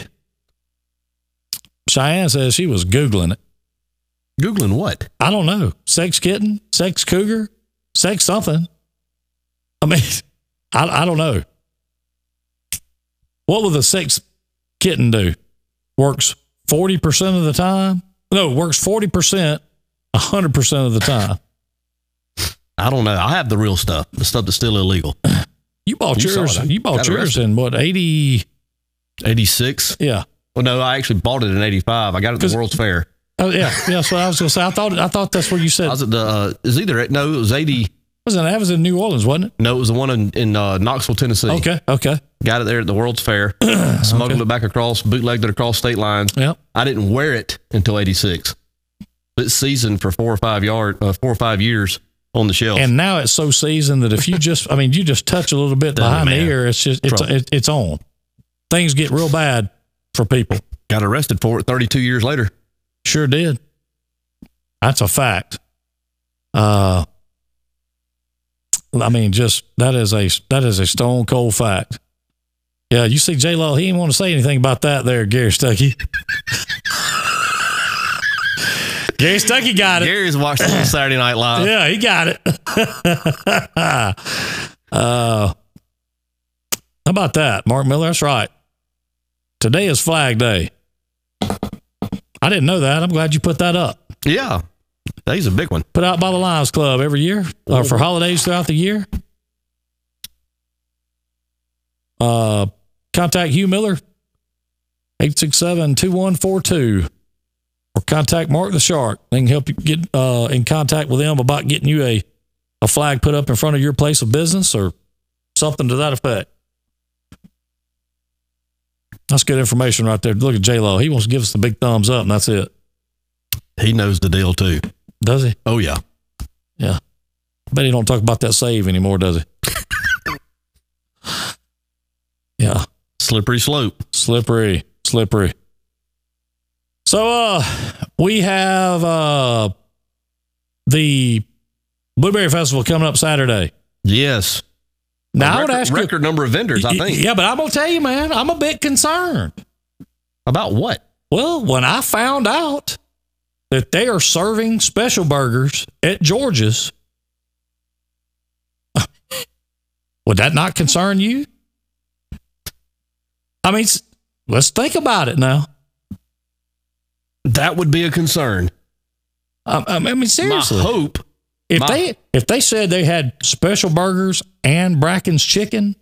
S6: Cheyenne says she was googling it.
S5: Googling what?
S6: I don't know, sex kitten, sex cougar, sex something. I mean, I, I don't know. What will the sex kitten do? Works 40% of the time. No, works 40%, 100% of the time.
S5: I don't know. I have the real stuff, the stuff that's still illegal.
S6: You bought
S5: You saw
S6: yours.
S5: it. I
S6: You bought
S5: got
S6: yours
S5: arrested.
S6: in what, 80?
S5: 86.
S6: Yeah.
S5: Well, no, I actually bought it in 85. I got it at
S6: 'Cause-
S5: the World's Fair.
S6: Oh, yeah. Yeah. So I was going to say, I thought, I thought that's where you said,
S5: I was at the, uh, it was either, no, it was 80.
S6: was it, that was in New Orleans, wasn't it?
S5: No, it was the one in, in uh, Knoxville, Tennessee.
S6: Okay. Okay.
S5: Got it there at the World's Fair, smuggled it back across, bootlegged it across state lines.
S6: Yep.
S5: I didn't wear it until 86. It's seasoned for four or five yard, uh, four or five years on the shelf.
S6: And now it's so seasoned that if you just, I mean, you just touch a little bit
S5: Oh,
S6: behind the
S5: man.
S6: ear, it's just, it's,
S5: Trouble.
S6: it, it's on. Things get real bad for people.
S5: got arrested for it 32 years later.
S6: Sure did. That's a fact. Uh, I mean, just that is a that is a stone cold fact. Yeah, you see J Lo, he didn't want to say anything about that there, Gary Stuckey. Gary Stuckey got it.
S5: Gary's watched it on Saturday Night Live.
S6: Yeah, he got it. uh, how about that, Mark Miller? That's right. Today is Flag Day. I didn't know that. I'm glad you put that up.
S5: Yeah. He's a big one.
S6: Put out by the Lions Club every year or for holidays throughout the year. Uh, contact Hugh Miller, 867 2142, or contact Mark the Shark. They can help you get uh, in contact with them about getting you a, a flag put up in front of your place of business or something to that effect. That's good information right there. Look at J Lo. He wants to give us the big thumbs up, and that's it.
S5: He knows the deal too.
S6: Does he?
S5: Oh yeah.
S6: Yeah. I bet he don't talk about that save anymore, does he? yeah.
S5: Slippery slope.
S6: Slippery. Slippery. So uh we have uh the Blueberry Festival coming up Saturday.
S5: Yes.
S6: Now
S5: A
S6: I would
S5: record,
S6: ask you
S5: record number of vendors, I
S6: Y-
S5: think.
S6: Yeah, but I'm gonna tell you, man, I'm a bit concerned.
S5: About what?
S6: Well, when I found out that they are serving special burgers at George's, would that not concern you? I mean, s- let's think about it now.
S5: That would be a concern.
S6: I, I mean, seriously,
S5: My hope.
S6: if
S5: my-
S6: they if they said they had special burgers and Bracken's chicken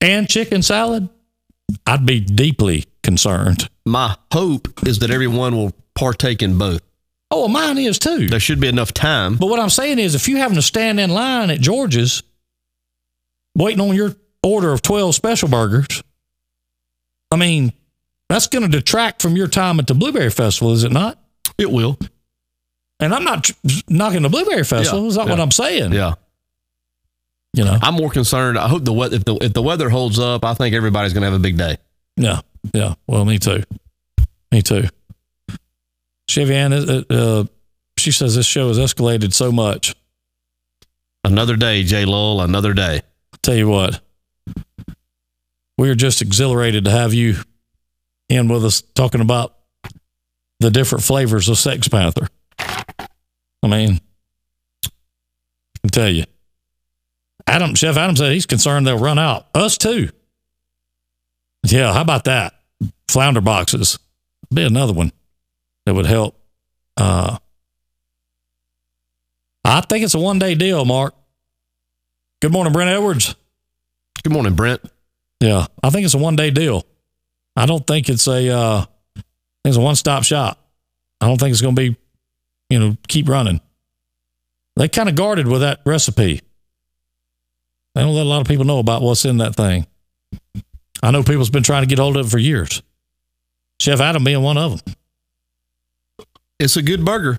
S6: and chicken salad, I'd be deeply concerned.
S5: My hope is that everyone will partake in both.
S6: Oh, well, mine is too.
S5: There should be enough time.
S6: But what I'm saying is, if you having to stand in line at George's, waiting on your order of twelve special burgers, I mean, that's going to detract from your time at the Blueberry Festival, is it not?
S5: It will.
S6: And I'm not tr- knocking the Blueberry Festival.
S5: Yeah,
S6: That's not
S5: yeah.
S6: what I'm saying.
S5: Yeah.
S6: You know.
S5: I'm more concerned. I hope the weather if the if the weather holds up, I think everybody's gonna have a big day.
S6: Yeah. Yeah. Well, me too. Me too. Chevy Ann, uh, uh, she says this show has escalated so much.
S5: Another day, J Lowell, another day.
S6: tell you what, we are just exhilarated to have you in with us talking about the different flavors of Sex Panther. I mean, I can tell you. Adam, Chef Adam said he's concerned they'll run out. Us too. Yeah, how about that? Flounder boxes. Be another one that would help. Uh, I think it's a one day deal, Mark. Good morning, Brent Edwards.
S5: Good morning, Brent.
S6: Yeah, I think it's a one day deal. I don't think it's a uh, I think it's a one stop shop. I don't think it's going to be, you know, keep running. They kind of guarded with that recipe. They don't let a lot of people know about what's in that thing. I know people's been trying to get hold of it for years. Chef Adam being one of them.
S5: It's a good burger.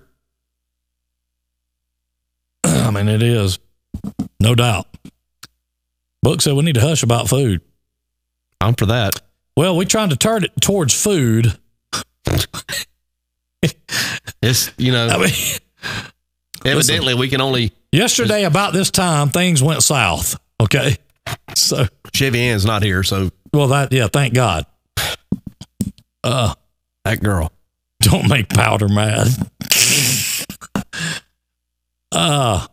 S6: I mean, it is, no doubt. Book said we need to hush about food.
S5: I'm for that.
S6: Well, we trying to turn it towards food.
S5: It's you know,
S6: I mean.
S5: evidently we can only
S6: Yesterday, about this time, things went south. Okay. So,
S5: Chevy Ann's not here, so
S6: well, that, yeah, thank God. Uh,
S5: that girl.
S6: Don't make powder mad. uh,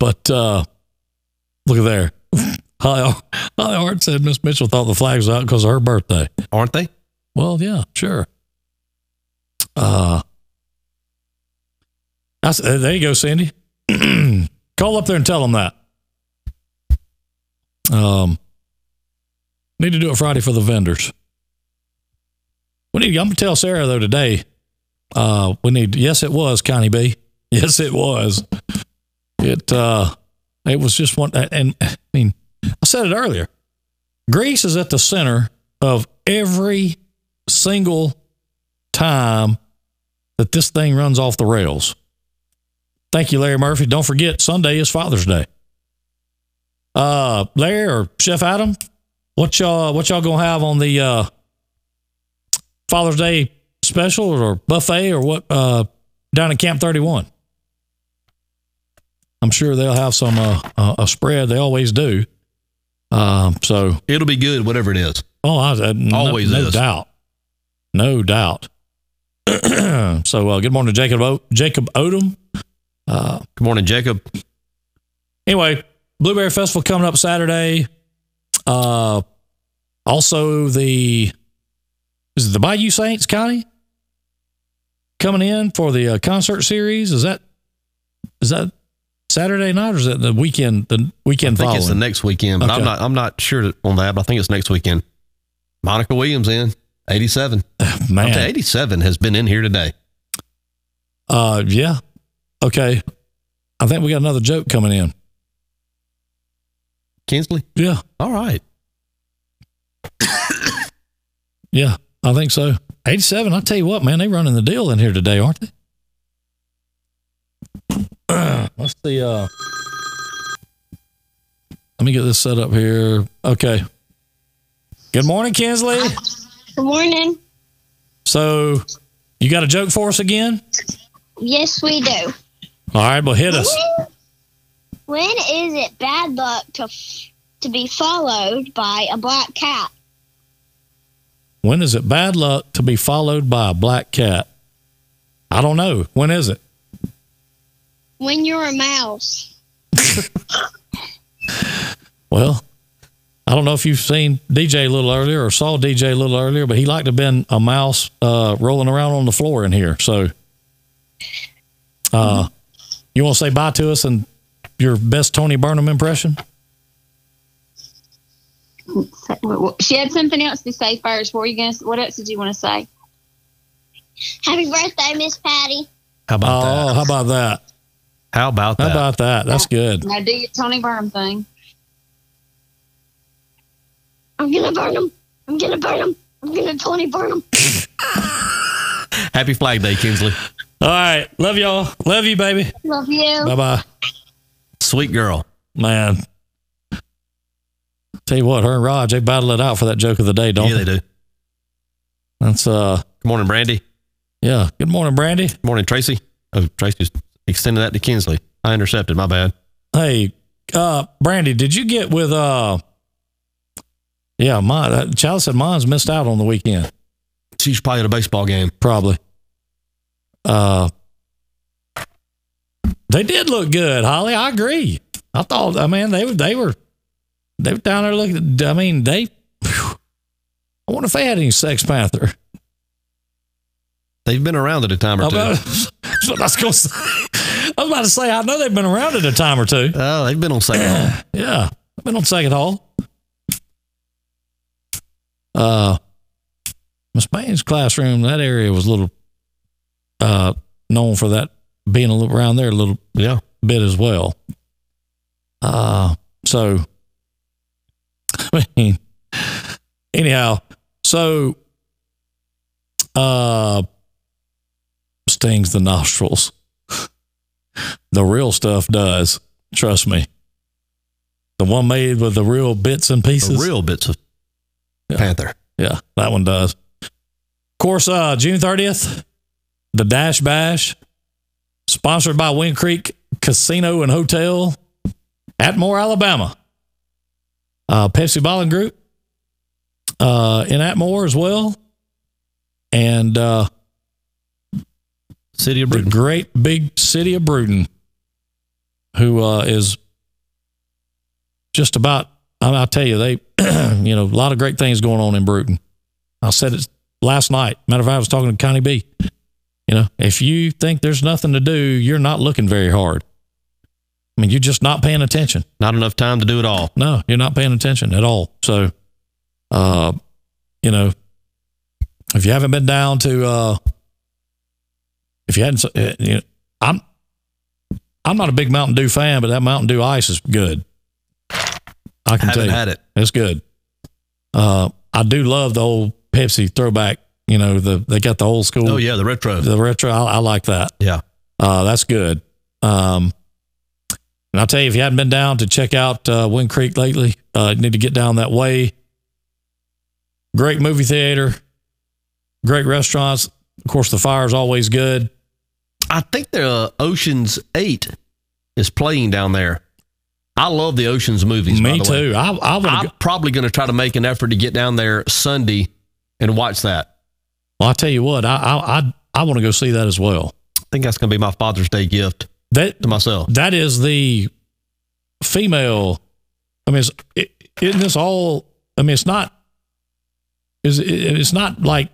S6: but, uh, look at there. Holly, Holly Hart said Miss Mitchell thought the flag was out because of her birthday.
S5: Aren't they?
S6: Well, yeah, sure. Uh, I s- uh, there you go, Sandy. Call up there and tell them that. Um, need to do it Friday for the vendors. We need. I'm gonna tell Sarah though today. Uh, we need. Yes, it was Connie B. Yes, it was. It uh, it was just one. And I mean, I said it earlier. Greece is at the center of every single time that this thing runs off the rails. Thank you, Larry Murphy. Don't forget, Sunday is Father's Day. Uh, Larry or Chef Adam, what y'all what y'all gonna have on the uh, Father's Day special or buffet or what uh, down at Camp Thirty One? I'm sure they'll have some uh, uh, a spread. They always do. Um, so
S5: It'll be good, whatever it is.
S6: Oh, I, I no,
S5: Always
S6: no
S5: is.
S6: doubt, no doubt. so, uh, good morning, Jacob. O- Jacob Odom.
S5: Good morning, Jacob.
S6: Anyway, Blueberry Festival coming up Saturday. Uh, also the is it the Bayou Saints, Connie, coming in for the uh, concert series. Is that is that Saturday night or is that the weekend? The weekend
S5: I think it's the
S6: following?
S5: next weekend, but I'm
S6: Okay.
S5: not I'm not sure on that, but I think it's next weekend. Monica Williams in 87.
S6: Man,
S5: Up to 87 has been in here today.
S6: Uh, yeah. Okay. I think we got another joke coming in.
S5: Kinsley?
S6: Yeah.
S5: All right.
S6: Yeah. I think so. 87. I tell you what, man, they running the deal in here today, aren't they? Let's see. Uh, let me get this set up here. Okay. Good morning, Kinsley.
S1: Good morning.
S6: So, you got a joke for us again?
S1: Yes, we do.
S6: All right, well, hit us.
S1: When is it bad luck to to be followed by a black cat?
S6: When is it bad luck to be followed by a black cat? I don't know. When is it?
S1: When you're a mouse.
S6: Well, I don't know if you've seen DJ a little earlier or saw DJ a little earlier, but he liked to have been a mouse uh, rolling around on the floor in here. So, uh, you want to say bye to us and your best Tony Burnham impression?
S8: She had something else to say first. What were you gonna? What else did you want to say?
S1: Happy birthday, Miss Patty.
S5: How
S6: Oh,
S5: about that?
S6: how about that?
S5: How about
S6: How
S5: that?
S6: about that? That's good.
S8: Now do your Tony Burnham thing.
S1: I'm gonna burn him. I'm gonna burn him. I'm gonna Tony burn him.
S5: Happy Flag Day, Kinsley.
S6: All right. Love y'all. Love you, baby.
S1: Love you.
S6: Bye bye.
S5: Sweet girl.
S6: Man. Tell you what, her and Raj, they battle it out for that joke of the day, don't
S5: Yeah, they
S6: they?
S5: do.
S6: That's, uh,
S5: Good morning, Brandy. Good
S6: yeah. Good morning, Brandy.
S5: morning, Tracy. Oh, Tracy's extended that to Kinsley. I intercepted. My bad.
S6: Hey, uh, Brandy, did you get with uh? Yeah, my uh, Chalice said mine's missed out on the weekend,
S5: She's probably at a baseball game.
S6: probably. Uh, they did look good, Holly. I agree. I thought, I mean, they were they were they were down there looking. I mean, they. phew. I wonder if they had any Sex Panther.
S5: They've been around at a time or two.
S6: About, that's what I was going to say. I was about to say I know they've been around it a time or two.
S5: Oh, they've been on second home.
S6: Yeah, I've been on second hall. Uh, Miss Bain's classroom, that area was a little uh, known for that being a little around there a little
S5: Yeah.
S6: bit as well. Uh, so, I mean, anyhow, so uh, stings the nostrils. the real stuff does. Trust me. The one made with the real bits and
S5: The
S6: pieces.
S5: real bits of
S6: Yeah.
S5: Panther.
S6: Yeah, that one does. Of course, uh, June 30th, the Dash Bash, sponsored by Wind Creek Casino and Hotel, Atmore, Alabama. Uh, Pepsi Bowling Group uh, in Atmore as well. And uh,
S5: City of
S6: the
S5: Bruton.
S6: great big city of Bruton, who uh, is just about, I mean, I'll tell you, they, you know, a lot of great things going on in Bruton. I said it last night. Matter of fact, I was talking to Connie B. You know, if you think there's nothing to do, you're not looking very hard. I mean, you're just not paying attention.
S5: Not enough time to do it all.
S6: No, you're not paying attention at all. So, uh, you know, if you haven't been down to, uh, if you hadn't, uh, you know, I'm, I'm not a big Mountain Dew fan, but that Mountain Dew ice is good. I can tell
S5: Haven't
S6: you,
S5: had it.
S6: it's good. Uh, I do love the old Pepsi throwback. You know, the they got the old school,
S5: Oh yeah, the retro.
S6: the retro. I, I like that.
S5: Yeah.
S6: Uh, that's good. Um, and I'll tell you, if you hadn't been down to check out uh, Wind Creek lately, uh, you need to get down that way. Great movie theater, great restaurants. Of course, the fire is always good.
S5: I think the uh, Ocean's Eight is playing down there. I love the Ocean's movies. by
S6: Me
S5: the way.
S6: too. I, I would.
S5: I'm
S6: Well,
S5: probably going to try to make an effort to get down there Sunday and watch that.
S6: I tell you what, I I I, I want to go see that as well.
S5: I think that's going to be my Father's Day gift
S6: That
S5: to myself.
S6: that is the female. I mean, it's, it, isn't this all? I mean, it's not. Is it, it's not like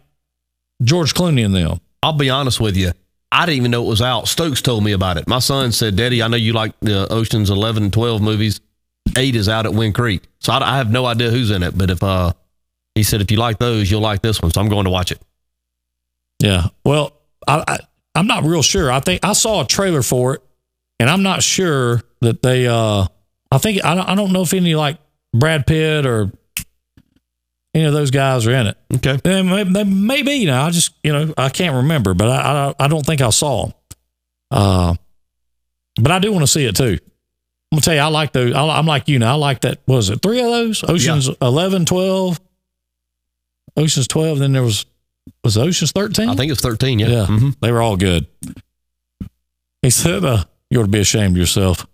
S6: George Clooney and them.
S5: I'll be honest with you. I didn't even know it was out. Stokes told me about it. My son said, Daddy, I know you like the Ocean's 11 and 12 movies. Eight is out at Wind Creek. So I, I have no idea who's in it. But if, uh, he said, if you like those, you'll like this one. So I'm going to watch it.
S6: Yeah. Well, I, I I'm not real sure. I think I saw a trailer for it, and I'm not sure that they. uh I think I don't, I don't know if any like Brad Pitt or any of those guys are in it.
S5: Okay.
S6: They may, they may be now. I just you know I can't remember, but I I, I don't think I saw them. Uh, but I do want to see it too. I'm gonna tell you, I like those. I, I'm like you now. I like that. what Was it three of those? Oceans 11, 12. Oceans 12. Then there was was it Oceans 13.
S5: I think it's 13. Yeah.
S6: Yeah,
S5: Mhm.
S6: they were all good. He said, uh, "You ought to be ashamed of yourself.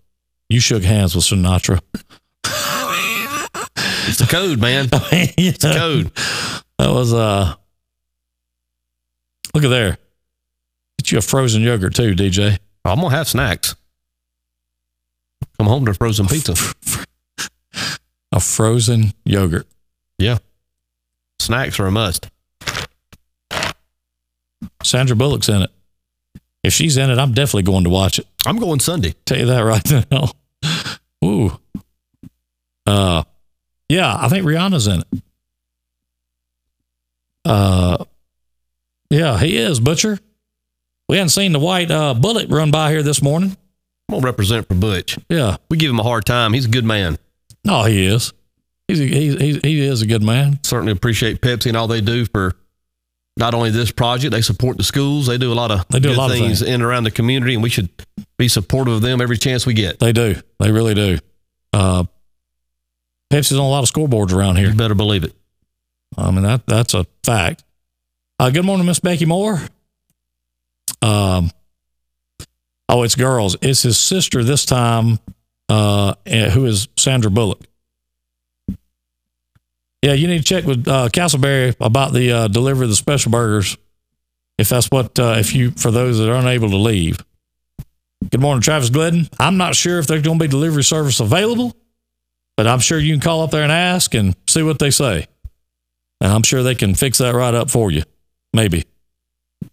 S6: You shook hands with Sinatra."
S5: It's the code, man.
S6: You know,
S5: Code.
S6: that was uh. Look at there. Get you a frozen yogurt too, DJ.
S5: I'm going to have snacks. Come home to frozen pizza.
S6: A frozen yogurt.
S5: Yeah. Snacks are a must.
S6: Sandra Bullock's in it. If she's in it, I'm definitely going to watch it.
S5: I'm going Sunday.
S6: Tell you that right now. Ooh. Uh, yeah, I think Rihanna's in it. Uh, yeah, he is Butcher. We hadn't seen the white uh, bullet run by here this morning.
S5: I'm going to represent for Butch.
S6: Yeah,
S5: We give him a hard time. He's a good man.
S6: no, he is. He's a, he's, he's he is a good man.
S5: Certainly appreciate Pepsi and all they do for not only this project, they support the schools. They do a lot of
S6: They do a
S5: good
S6: lot of
S5: things
S6: things.
S5: in and around the community, and we should be supportive of them every chance we get.
S6: They do. They really do. Uh, Pepsi's on a lot of scoreboards around here.
S5: You better believe it.
S6: I mean that that's a fact. Uh, good morning, Miss Becky Moore. Um, oh, it's girls. It's his sister this time, uh, eh, who is Sandra Bullock. Yeah, you need to check with uh, Castleberry about the uh, delivery of the special burgers. If that's what, uh, if you for those that are unable to leave. Good morning, Travis Glidden. I'm not sure if there's going to be delivery service available, but I'm sure you can call up there and ask and see what they say. And I'm sure they can fix that right up for you. Maybe.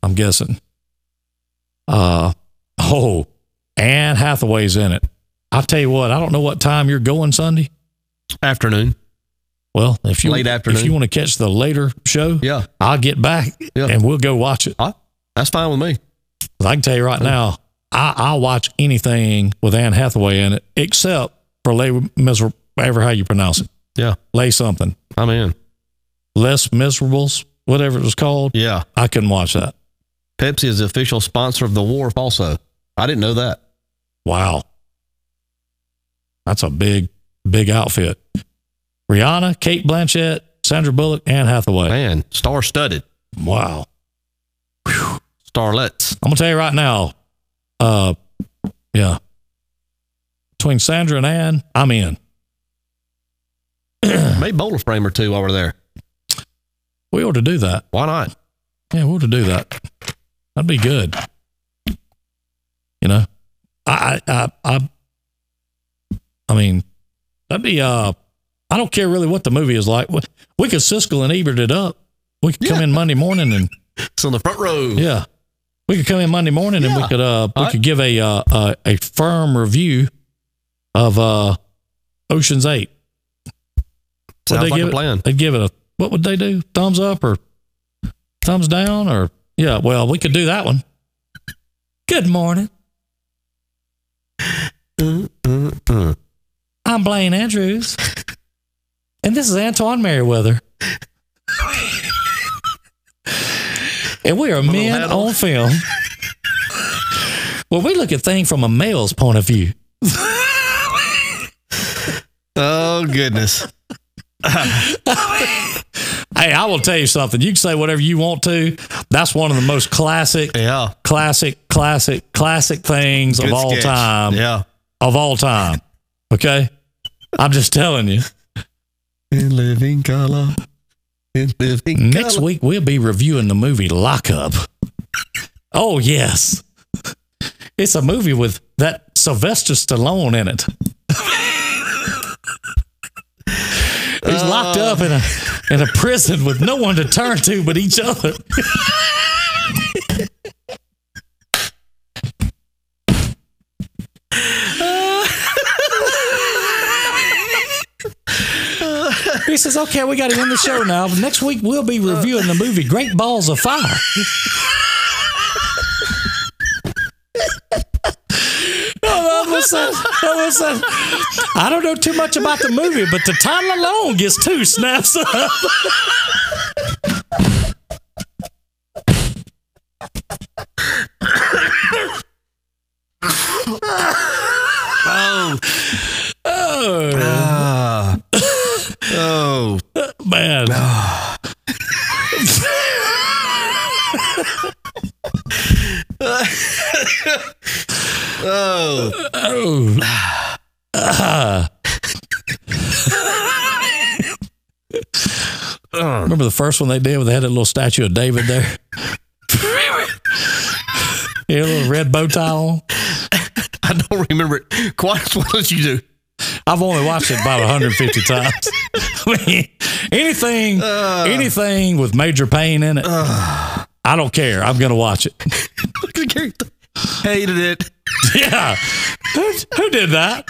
S6: I'm guessing. Uh oh, Anne Hathaway's in it. I tell you what, I don't know what time you're going Sunday.
S5: Afternoon.
S6: Well, if you
S5: Late afternoon.
S6: if you want to catch the later show,
S5: Yeah.
S6: I'll get back
S5: Yeah.
S6: and we'll go watch it.
S5: Huh? That's fine with me.
S6: 'Cause I can tell you right now, I, I'll watch anything with Anne Hathaway in it, except for Les Miserable, however how you pronounce it,
S5: Yeah.
S6: Lay something,
S5: I'm in.
S6: Less Miserables, whatever it was called.
S5: Yeah.
S6: I couldn't watch that.
S5: Pepsi is the official sponsor of the wharf also. I didn't know that.
S6: Wow. That's a big, big outfit. Rihanna, Kate Blanchett, Sandra Bullock, Anne Hathaway.
S5: Man, star studded.
S6: Wow.
S5: Starlets.
S6: I'm gonna tell you right now, uh yeah. Between Sandra and Anne, I'm in. Uh.
S5: Maybe bowl a frame or two while we're there.
S6: We ought to do that.
S5: Why not?
S6: Yeah, we ought to do that. That'd be good. You know? I I I I, I mean, that'd be uh I don't care really what the movie is like. We we could Siskel and Ebert it up. We could come in Monday morning and
S5: It's on the front row.
S6: yeah, we could come in Monday morning and we
S5: Yeah.
S6: could uh we
S5: Alright.
S6: could give a uh a, a firm review of uh Ocean's Eight. Would
S5: Sounds like
S6: give
S5: a plan.
S6: It, they'd give it a what would they do? Thumbs up or thumbs down or yeah? Well, we could do that one. Good morning. Mm, I'm Blaine Andrews, and this is Antoine Merriweather, and we are men
S5: hat
S6: on, film. Well, we look at things from a male's point of view.
S5: Oh goodness.
S6: Hey, I will tell you something. You can say whatever you want to. That's one of the most classic
S5: Yeah.
S6: classic, classic, classic things
S5: Good
S6: of all
S5: sketch.
S6: time.
S5: Yeah.
S6: Of all time. Okay. I'm just telling you.
S5: In living color. In living
S6: Next
S5: color.
S6: week, we'll be reviewing the movie Lockup. Oh, yes. It's a movie with that Sylvester Stallone in it. He's locked up in a in a prison with no one to turn to but each other. He says, "Okay, we got to end the show now. Next week we'll be reviewing the movie Great Balls of Fire." Oh, that was that- that was that- I don't know too much about the movie, but the title alone gets two snaps up.
S5: Oh. Ah. oh.
S6: Man,
S5: Oh.
S6: remember the first one they did where they had that little statue of David there? He had a little red bow tie on.
S5: I don't remember it quite as well as you do.
S6: I've only watched it about 150 times. I mean, anything, anything with major pain in it, I don't care. I'm gonna watch it.
S5: Look at Gary. Hated it.
S6: yeah, who, who did that?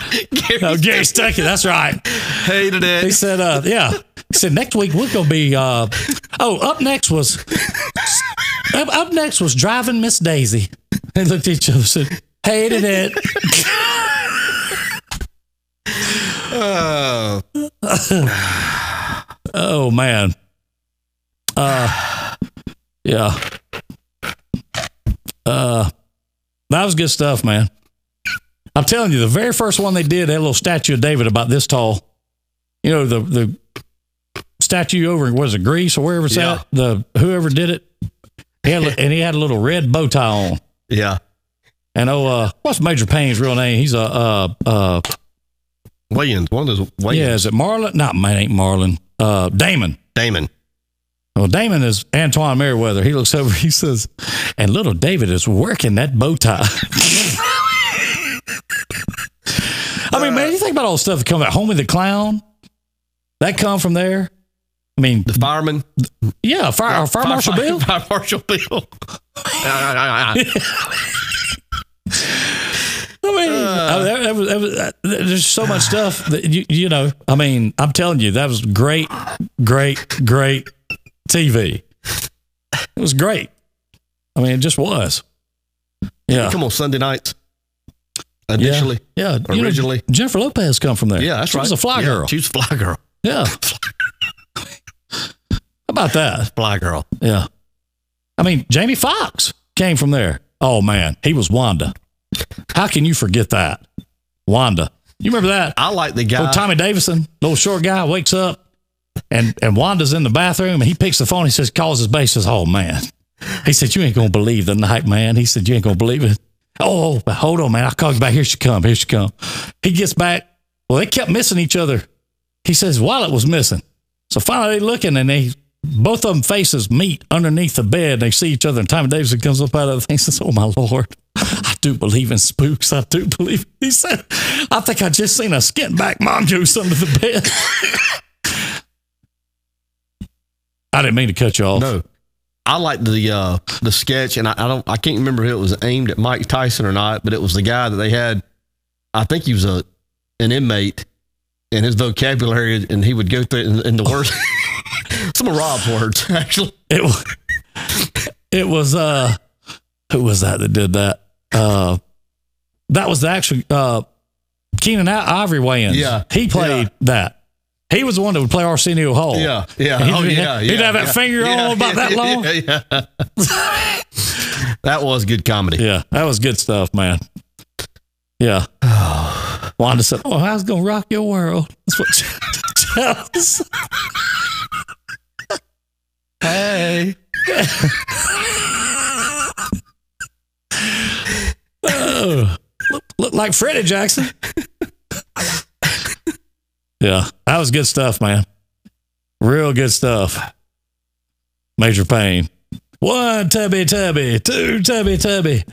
S6: Oh, Gary Stuckey. That's right.
S5: Hated
S6: He
S5: it.
S6: said, uh, "Yeah." He said, "Next week we're gonna be." Uh, oh, up next was up, up next was driving Miss Daisy. They looked at each other, and said, "Hated it."
S5: Oh.
S6: Oh man. Uh yeah. Uh that was good stuff, man. I'm telling you, the very first one they did had a little statue of David about this tall. You know, the the statue over in was it Greece or wherever it's
S5: Yeah.
S6: at? The whoever did it. He had, a- and he had a little red bow tie on.
S5: Yeah.
S6: And oh uh what's Major Payne's real name? He's a uh uh
S5: Williams. One of those Williams.
S6: yeah, is it Marlon? Not man ain't Marlon. Uh Damon.
S5: Damon.
S6: Well, Damon is Antoine Merriweather. He looks over, he says, and little David is working that bow tie. I mean, man, you think about all the stuff that come out. Homie the Clown, that come from there. I mean,
S5: The fireman.
S6: yeah, Fire, Fire Marshal Bill.
S5: Fire Marshal Bill. Ah,
S6: I mean, I mean, that- that was- that was- that- there's so much stuff that you, you know. I mean, I'm telling you, that was great, great, great TV. It was great. I mean, it just was. Yeah.
S5: Come on, Sunday nights. Initially.
S6: Yeah. yeah. You know,
S5: Originally.
S6: Jennifer Lopez come from there.
S5: Yeah, that's
S6: she
S5: right.
S6: was a fly
S5: Yeah,
S6: girl.
S5: She was a fly girl.
S6: yeah. How about that?
S5: Fly girl.
S6: Yeah. I mean, Jamie Foxx came from there. Oh, man. He was Wanda. How can you forget that? Wanda. You remember that?
S5: I like the guy.
S6: Old Oh, Tommy Davison, little short guy, wakes up and, and Wanda's in the bathroom and he picks the phone. He says, calls his base, says, Oh man. He said, You ain't gonna believe the night, man. He said, You ain't gonna believe it. Oh, but hold on, man. I'll call you back. Here she come. Here she come. He gets back. Well, they kept missing each other. He says, wallet was missing. So finally they looking and they both of them faces meet underneath the bed. They see each other and Tommy Davison comes up out of the thing and says, Oh my Lord, I do believe in spooks. I do believe. He said, I think I just seen a skin back mongoose under the bed. I didn't mean to cut you off.
S5: No. I like the uh, the sketch, and I, I don't I can't remember if it was aimed at Mike Tyson or not, but it was the guy that they had. I think he was a an inmate, and his vocabulary, and he would go through it in, in the words, some of Rob's words actually.
S6: It was. It was. Uh, who was that that did that? Uh, that was the actual uh, Keenan I- Ivory Wayans.
S5: Yeah.
S6: he played
S5: Yeah.
S6: that. He was the one that would play Arsenio Hall.
S5: Yeah, yeah,
S6: He'd-
S5: oh yeah,
S6: he'd
S5: yeah,
S6: have that
S5: yeah.
S6: finger
S5: Yeah,
S6: all about
S5: yeah,
S6: that long.
S5: yeah, yeah. that was good comedy.
S6: Yeah, that was good stuff, man. Yeah. Wanda said, Oh, I was going to rock your world. That's what Chelsea said.
S5: Hey,
S6: Oh, look, look like Freddie Jackson. yeah, that was good stuff, man. Real good stuff. Major pain. One tubby tubby, two tubby tubby.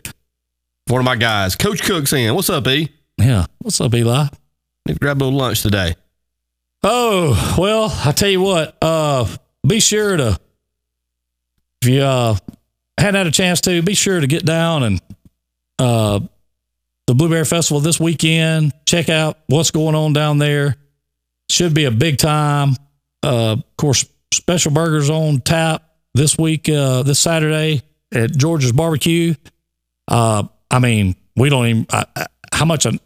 S5: one of my guys, Coach Cook's in. What's up, E?
S6: Yeah, what's up, Eli?
S5: Need to grab a little lunch today.
S6: Oh, well, I tell you what, uh, be sure to, if you uh, hadn't had a chance to, be sure to get down and uh, the Blueberry Festival this weekend. Check out what's going on down there. Should be a big time. Uh, of course, special burgers on tap this week, uh, this Saturday at George's Barbecue. Uh, I mean, we don't even, I, I, how much an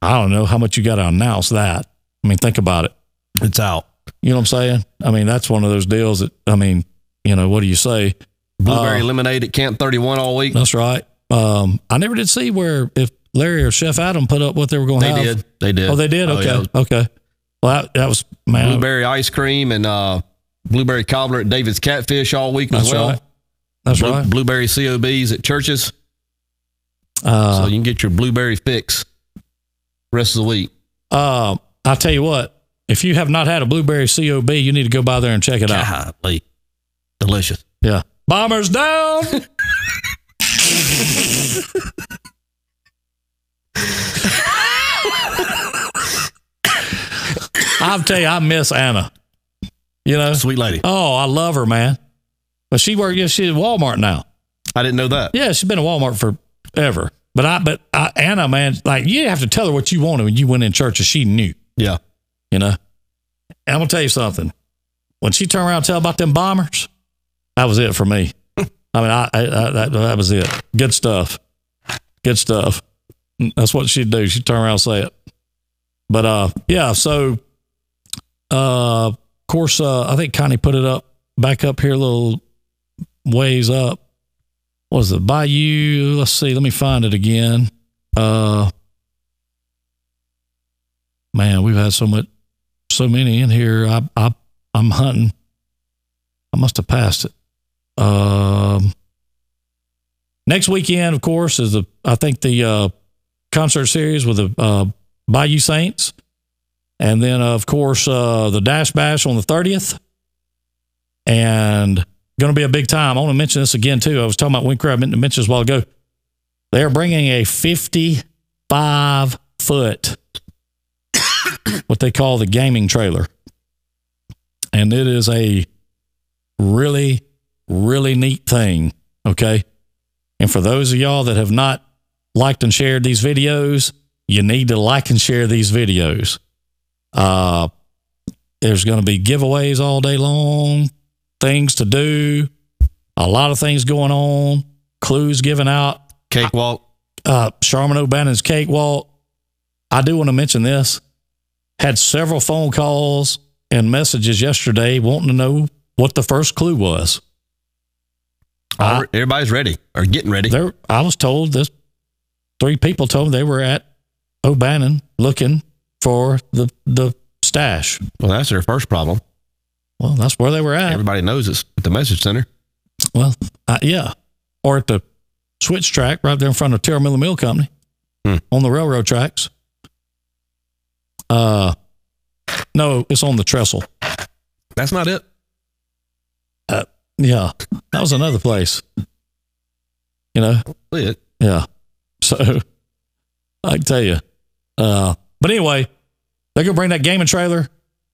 S6: I don't know how much you got to announce that. I mean, think about it.
S5: It's out.
S6: You know what I'm saying? I mean, that's one of those deals that, I mean, you know, what do you say?
S5: Blueberry
S6: Uh,
S5: lemonade at Camp Thirty One all week.
S6: That's right. Um, I never did see where if Larry or Chef Adam put up what they were going to
S5: They
S6: have.
S5: did. They did.
S6: Oh, they did?
S5: Oh,
S6: Okay.
S5: yeah.
S6: Okay. Well, that, that was, man.
S5: blueberry ice cream and uh, blueberry cobbler at David's Catfish all week
S6: That's
S5: as well.
S6: right. That's
S5: Blue-
S6: right.
S5: Blueberry COBs at churches,
S6: Uh,
S5: so you can get your blueberry fix rest of the week.
S6: uh, I tell you what, if you have not had a blueberry COB, you need to go by there and check it out.
S5: Golly, delicious.
S6: Yeah. Bombers down. I'll tell you, I miss Anna. You know?
S5: Sweet lady.
S6: Oh, I love her, man. But she worked, yeah, she's at Walmart now.
S5: I didn't know that.
S6: Yeah, she's been at Walmart forever. But I, but I, Anna, man, like you didn't have to tell her what you wanted when you went in church and she knew,
S5: Yeah.
S6: you know? And I'm going to tell you something. When she turned around and tell about them bombers, that was it for me. I mean, I, I, I that, that was it. Good stuff. Good stuff. That's what she'd do. She'd turn around and say it. But uh, yeah. So, uh, of course, uh, I think Connie put it up back up here a little ways up. What is it? Bayou. Let's see. Let me find it again. Uh, man, we've had so much, so many in here. I, I, I'm hunting. I must have passed it. Um, next weekend, of course, is the I think the uh, concert series with the uh, Bayou Saints, and then of course uh, the Dash Bash on the thirtieth, and going to be a big time. I want to mention this again too. I was talking about Winkler. I meant to mention this a while ago. They are bringing a fifty-five foot, what they call the gaming trailer, and it is a really, really neat thing. Okay. And for those of y'all that have not liked and shared these videos, you need to like and share these videos. Uh, there's going to be giveaways all day long, things to do, a lot of things going on, clues given out,
S5: Cakewalk.
S6: uh, Charmin O'Bannon's cakewalk. I do want to mention this. Had several phone calls and messages yesterday wanting to know what the first clue was. I-
S5: All- Everybody's ready or getting ready.
S6: There, I was told this. Three people told me they were at O'Bannon looking for the the stash.
S5: Well, that's their first problem.
S6: Well, that's where they were at.
S5: Everybody knows it's at the message center.
S6: Well, uh, yeah, or at the switch track right there in front of Terramilla Mill Company
S5: Hmm.
S6: on the railroad tracks. Uh, no, it's on the trestle.
S5: That's not it.
S6: Yeah, that was another place. You know,
S5: That's it.
S6: Yeah. So I can tell you. Uh, but anyway, they're going to bring that gaming trailer.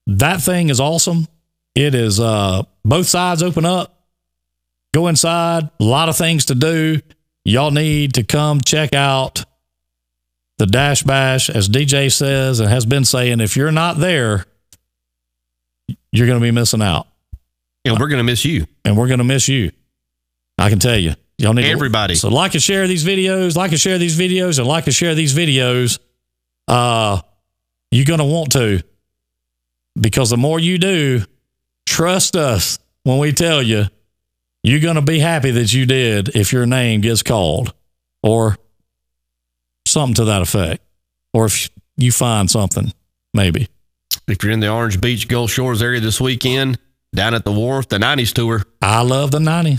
S6: That thing is awesome. It is uh both sides open up. Go inside. A lot of things to do. Y'all need to come check out the Dash Bash, as DJ says and has been saying. If you're not there, you're going to be missing out,
S5: And we're going to miss you.
S6: and we're going to miss you. I can tell you. Y'all need to-
S5: Everybody.
S6: so like and share these videos, like and share these videos, and like and share these videos. Uh, you're gonna want to because the more you do, trust us when we tell you, you're gonna be happy that you did if your name gets called or something to that effect, or if you find something, maybe.
S5: If you're in the Orange Beach Gulf Shores area this weekend, down at the wharf, the 90s tour.
S6: I love the 90.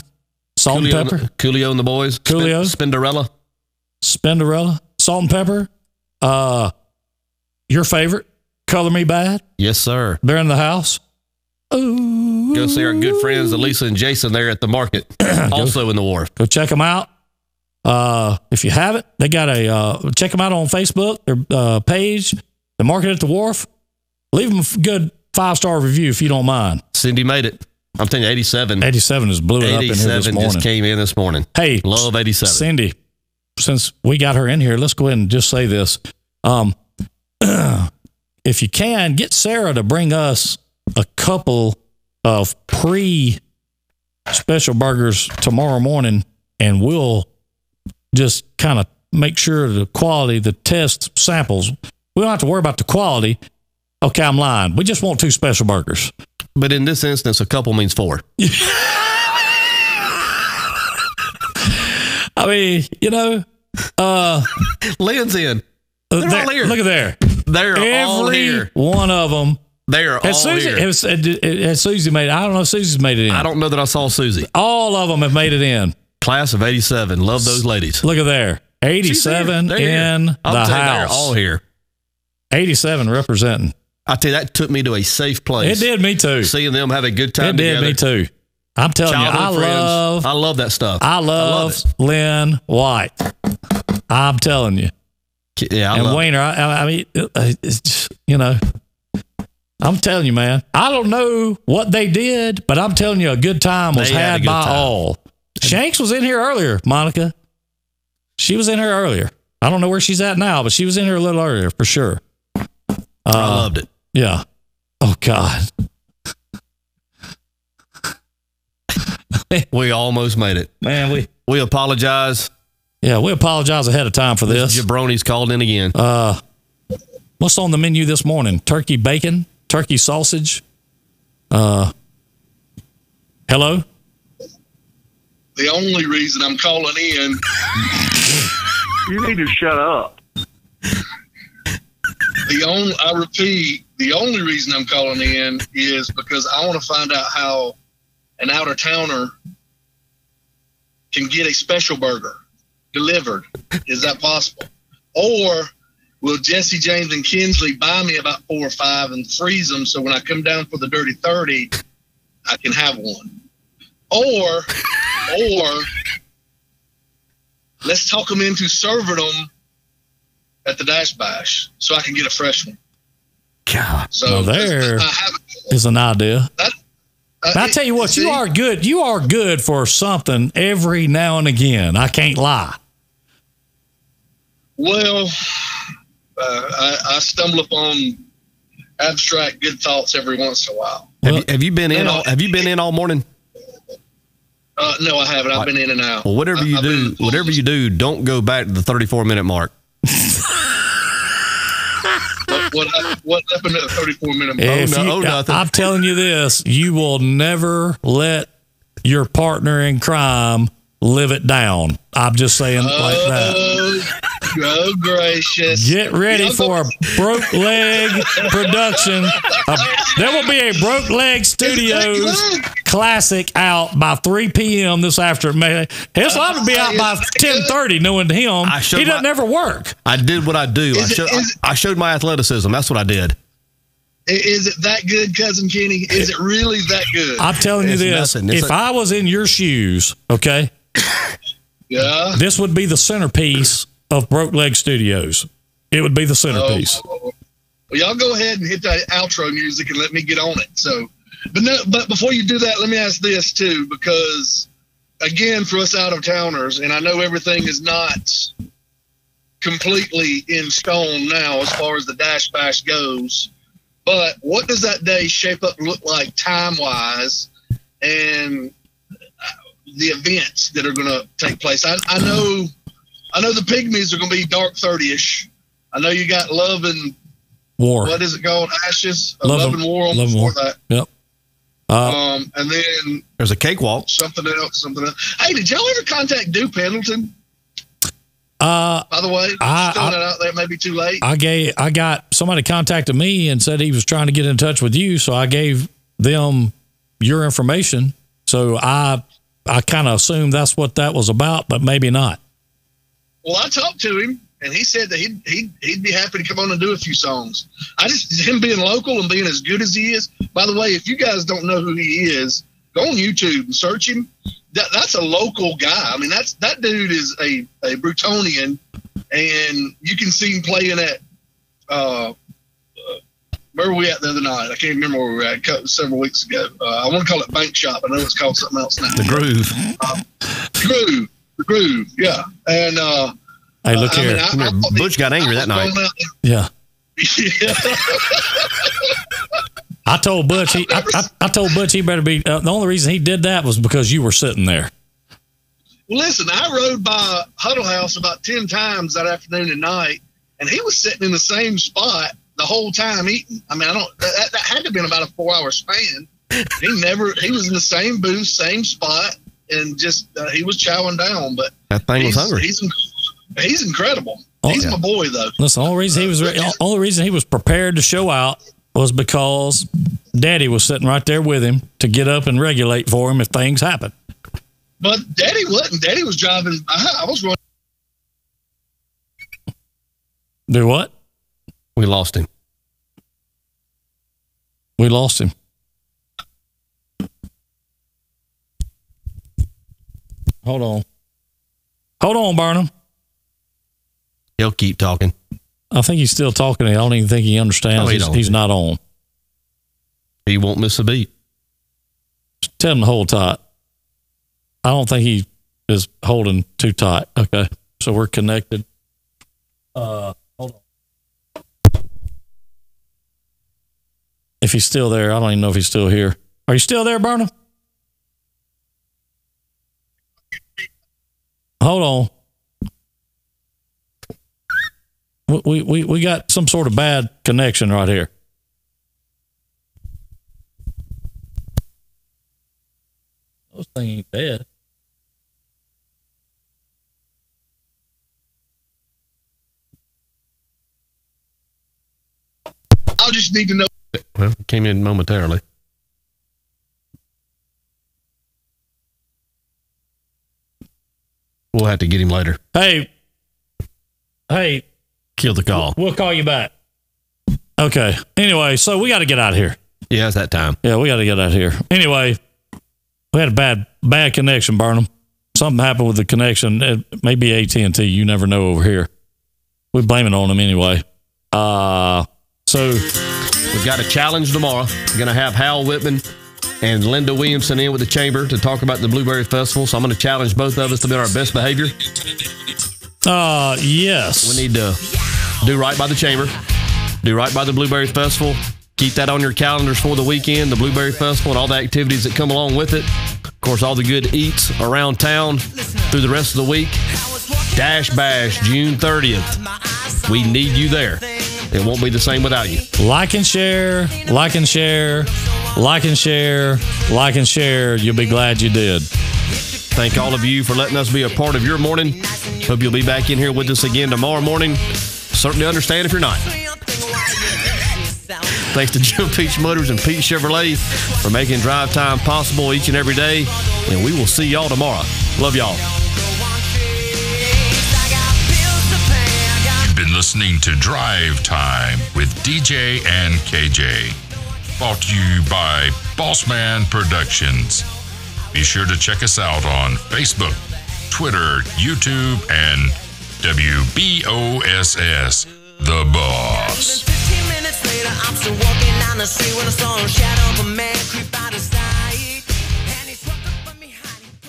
S6: Salt
S5: Coolio,
S6: and
S5: and
S6: pepper,
S5: the, Coolio and the boys. Spin-
S6: Coolio.
S5: Spinderella.
S6: Spinderella, salt and pepper. Uh, your favorite, Color Me Bad.
S5: Yes, sir.
S6: They're in the house. Ooh.
S5: Go see our good friends, Elisa and Jason, there at the market, also in the wharf.
S6: Go check them out. Uh, if you haven't, they got a uh, check them out on Facebook, their uh, page, the Market at the Wharf. Leave them a f- good five star review if you don't mind.
S5: Cindy made it. I'm telling you, 87.
S6: 87 is blew it up in here this
S5: 87
S6: morning.
S5: just came in this morning.
S6: Hey,
S5: Love 87.
S6: Cindy, since we got her in here, let's go ahead and just say this. Um, if you can, get Sarah to bring us a couple of pre special burgers tomorrow morning, and we'll just kind of make sure the quality, the test samples, we don't have to worry about the quality. Okay, I'm lying. We just want two special burgers.
S5: But in this instance, a couple means four.
S6: I mean, you know,
S5: Lynn's in.
S6: uh, there-
S5: all here.
S6: look at there.
S5: They're all
S6: Every
S5: here.
S6: one of them
S5: They are
S6: Has
S5: all
S6: Susie,
S5: here.
S6: has, uh, has Susie made it? I don't know if Susie's made it in.
S5: I don't know that I saw Susie.
S6: All of them have made it in.
S5: Class of 87. Love those ladies.
S6: Look at there.
S5: She's here.
S6: 87
S5: They're here.
S6: in the
S5: I'll tell you, They're
S6: house.
S5: all here.
S6: 87 representing.
S5: I tell you, that took me to a safe
S6: It
S5: place.
S6: did me too.
S5: Seeing them have a good time
S6: It did
S5: together.
S6: me too. I'm telling you, I
S5: Childhood friends.
S6: love,
S5: I love that stuff.
S6: I love
S5: it.
S6: Lynn White. I'm telling you.
S5: Yeah, I
S6: and
S5: love it.
S6: Wayner, I, I, I mean, it- uh, it's just, you know, I'm telling you, man, I don't know what they did, but I'm telling you, a good time was
S5: They had a
S6: had,
S5: good
S6: by
S5: time.
S6: all. Shanks was in here earlier, Monica. She was in here earlier. I don't know where she's at now, but she was in here a little earlier for sure.
S5: I
S6: uh,
S5: loved it.
S6: Yeah. Oh God.
S5: We almost made it.
S6: Man, we
S5: We apologize.
S6: Yeah, we apologize ahead of time for this.
S5: Jabroni's called in again.
S6: Uh, What's on the menu this morning? Turkey bacon, turkey sausage. Uh hello?
S9: the only reason I'm calling in.
S10: You need to shut up.
S9: The only I repeat, the only reason I'm calling in is because I want to find out how an out of towner can get a special burger delivered. Is that possible? Or will Jesse James and Kinsley buy me about four or five and freeze them so when I come down for the dirty thirty, I can have one. Or, or let's talk them into serving them at the Dash Bash so I can get a fresh one. God. So
S6: Now there-
S9: I have,
S6: Is an idea.
S9: I,
S6: But I tell you what, you
S9: see,
S6: are good. You are good for something every now and again. I can't lie.
S9: Well, uh, I, I stumble upon abstract good thoughts every once in a while.
S6: uh,
S5: have, you, have you been in?
S9: No.
S5: All, have you been in all morning?
S9: Uh, no, I haven't. I've been in and out.
S5: Well, whatever
S9: I-
S5: you
S9: I've been in
S5: do,
S9: the
S5: whatever you do, don't go back to the 34 minute mark.
S9: What, what, what happened at the 34 minute mark?
S6: If
S5: no-
S6: you-
S5: oh, nothing.
S6: I'm telling you this, you will never let your partner in crime live it down. I'm just saying like that.
S5: Uh,
S9: Oh, oh, gracious.
S6: Get ready for a broke leg production. Uh, there will be a broke leg studios classic out by 3 p.m. this afternoon. His life will be out by 10:30. Knowing him,
S5: I showed
S6: he doesn't
S5: my-
S6: ever work.
S5: I did what I do. I,
S9: Is it-
S5: show,
S9: is it-
S5: I, I showed my athleticism. That's what I did.
S9: I- Is it that good, Cousin Kenny? Is
S6: Eh.
S9: it really that good?
S6: I'm telling you
S5: It's
S6: this:
S5: nothing. It's
S6: if
S5: a-
S6: I was in your shoes, okay,
S9: yeah.
S6: this would be the centerpiece of Broke Leg Studios. It would be
S9: Oh,
S6: the centerpiece.
S9: Well, y'all go ahead and hit that outro music and let me get on it. So But no, but before you do that, let me ask this too, because again, for us out of towners, and I know everything is not completely in stone now as far as the dash bash goes. But what does that day shape up and look like time wise, and uh, the events that are going to take place? I, I know, I know the pygmies are going to be dark thirty ish. I know you got love and
S6: War.
S9: what is it called? Ashes, of love, and war
S6: Love
S9: on
S6: and
S9: before
S6: war.
S9: that.
S6: Yep. Uh,
S9: Um, and then
S5: There's a cakewalk.
S9: something else, something else. Hey, did y'all ever contact Duke Pendleton?
S6: uh,
S9: By the way,
S6: I-
S9: just throwing
S6: I-
S9: that out there, maybe too late.
S6: I gave I got somebody contacted me and said he was trying to get in touch with you, so I gave them your information. So I I kind of assumed that's what that was about, but maybe not.
S9: Well, I talked to him, and he said that he'd, he'd, he'd be happy to come on and do a few songs. I just, him being local and being as good as he is. By the way, if you guys don't know who he is, go on YouTube and search him. That, that's a local guy. I mean, that's that dude is a, a Brutonian, and you can see him playing at, uh, uh, where were we at the other night? I can't remember where we were at co- several weeks ago. Uh, I want to call it Bank Shop. I know it's called something else now.
S5: The groove.
S9: Groove. The Groove, yeah. And, uh,
S6: Hey, look
S9: I mean,
S6: here.
S9: I-
S5: Come here. Butch got angry that night.
S6: yeah.
S9: Yeah.
S6: I told Butch he I, I, I told Butch he better be uh, the only reason he did that was because you were sitting there.
S9: Well, listen, I rode by Huddle House about 10 times that afternoon and night, and he was sitting in the same spot the whole time eating. I mean, I don't, that, that had to have been about a four hour span. He never, he was in the same booth, same spot, and just, uh, he was chowing down, but
S5: That thing was
S9: he's,
S5: hungry.
S9: he's, he's incredible.
S6: Oh,
S9: he's
S6: yeah.
S9: my boy, though.
S6: Listen, the only reason he was re- the only reason he was prepared to show out was because Daddy was sitting right there with him to get up and regulate for him if things happened.
S9: But Daddy wasn't. Daddy was driving. I, I was running.
S6: Do what?
S5: We lost him.
S6: We lost him. Hold on. Hold on, Barnum.
S5: He'll keep talking.
S6: I think he's still talking. I don't even think he understands.
S5: No, he
S6: he's,
S5: don't.
S6: he's not on.
S5: He won't miss a beat.
S6: Just tell him to hold tight. I don't think he is holding too tight. Okay. So we're connected. Uh, hold on. If he's still there, I don't even know if he's still here. Are you still there, Barnum? Hold on. We- We, we, we got some sort of bad connection right here. Those things ain't bad.
S9: I just need to know.
S5: Well, he came in momentarily. We'll have to get him later.
S6: Hey, hey,
S5: Kill the call.
S6: We'll call you back. Okay. Anyway, so we got to get out of here.
S5: Yeah, it's that time.
S6: Yeah, we got to get out of here. Anyway, we had a bad bad connection, Barnum. Something happened with the connection. It may be AT and T. You never know over here. We blame it on them anyway. Uh so
S5: We've got a challenge tomorrow. We're going to have Hal Whitman and Linda Williamson in with the chamber to talk about the Blueberry Festival. So I'm going to challenge both of us to be on our best behavior.
S6: uh yes.
S5: We need to do right by the chamber, do right by the Blueberry Festival. Keep that on your calendars for the weekend, the Blueberry Festival, and all the activities that come along with it. Of course, all the good eats around town through the rest of the week. Dash Bash, June 30th. We need you there. It won't be the same without you.
S6: like and share, like and share, like and share, like and share. You'll be glad you did.
S5: Thank all of you for letting us be a part of your morning. Hope you'll be back in here with us again tomorrow morning. Certainly understand if you're not. Thanks to Jim Peach Motors and Pete Chevrolet for making drive time possible each and every day. And we will see y'all tomorrow. Love y'all.
S4: You've been listening to Drive Time with DJ and KJ. Brought to you by Bossman Productions. Be sure to check us out on Facebook, Twitter, YouTube, and WBOSS, The Boss.
S11: Even 15 minutes later, I'm still walking down the the street when I saw a shadow of a man creep out of sight.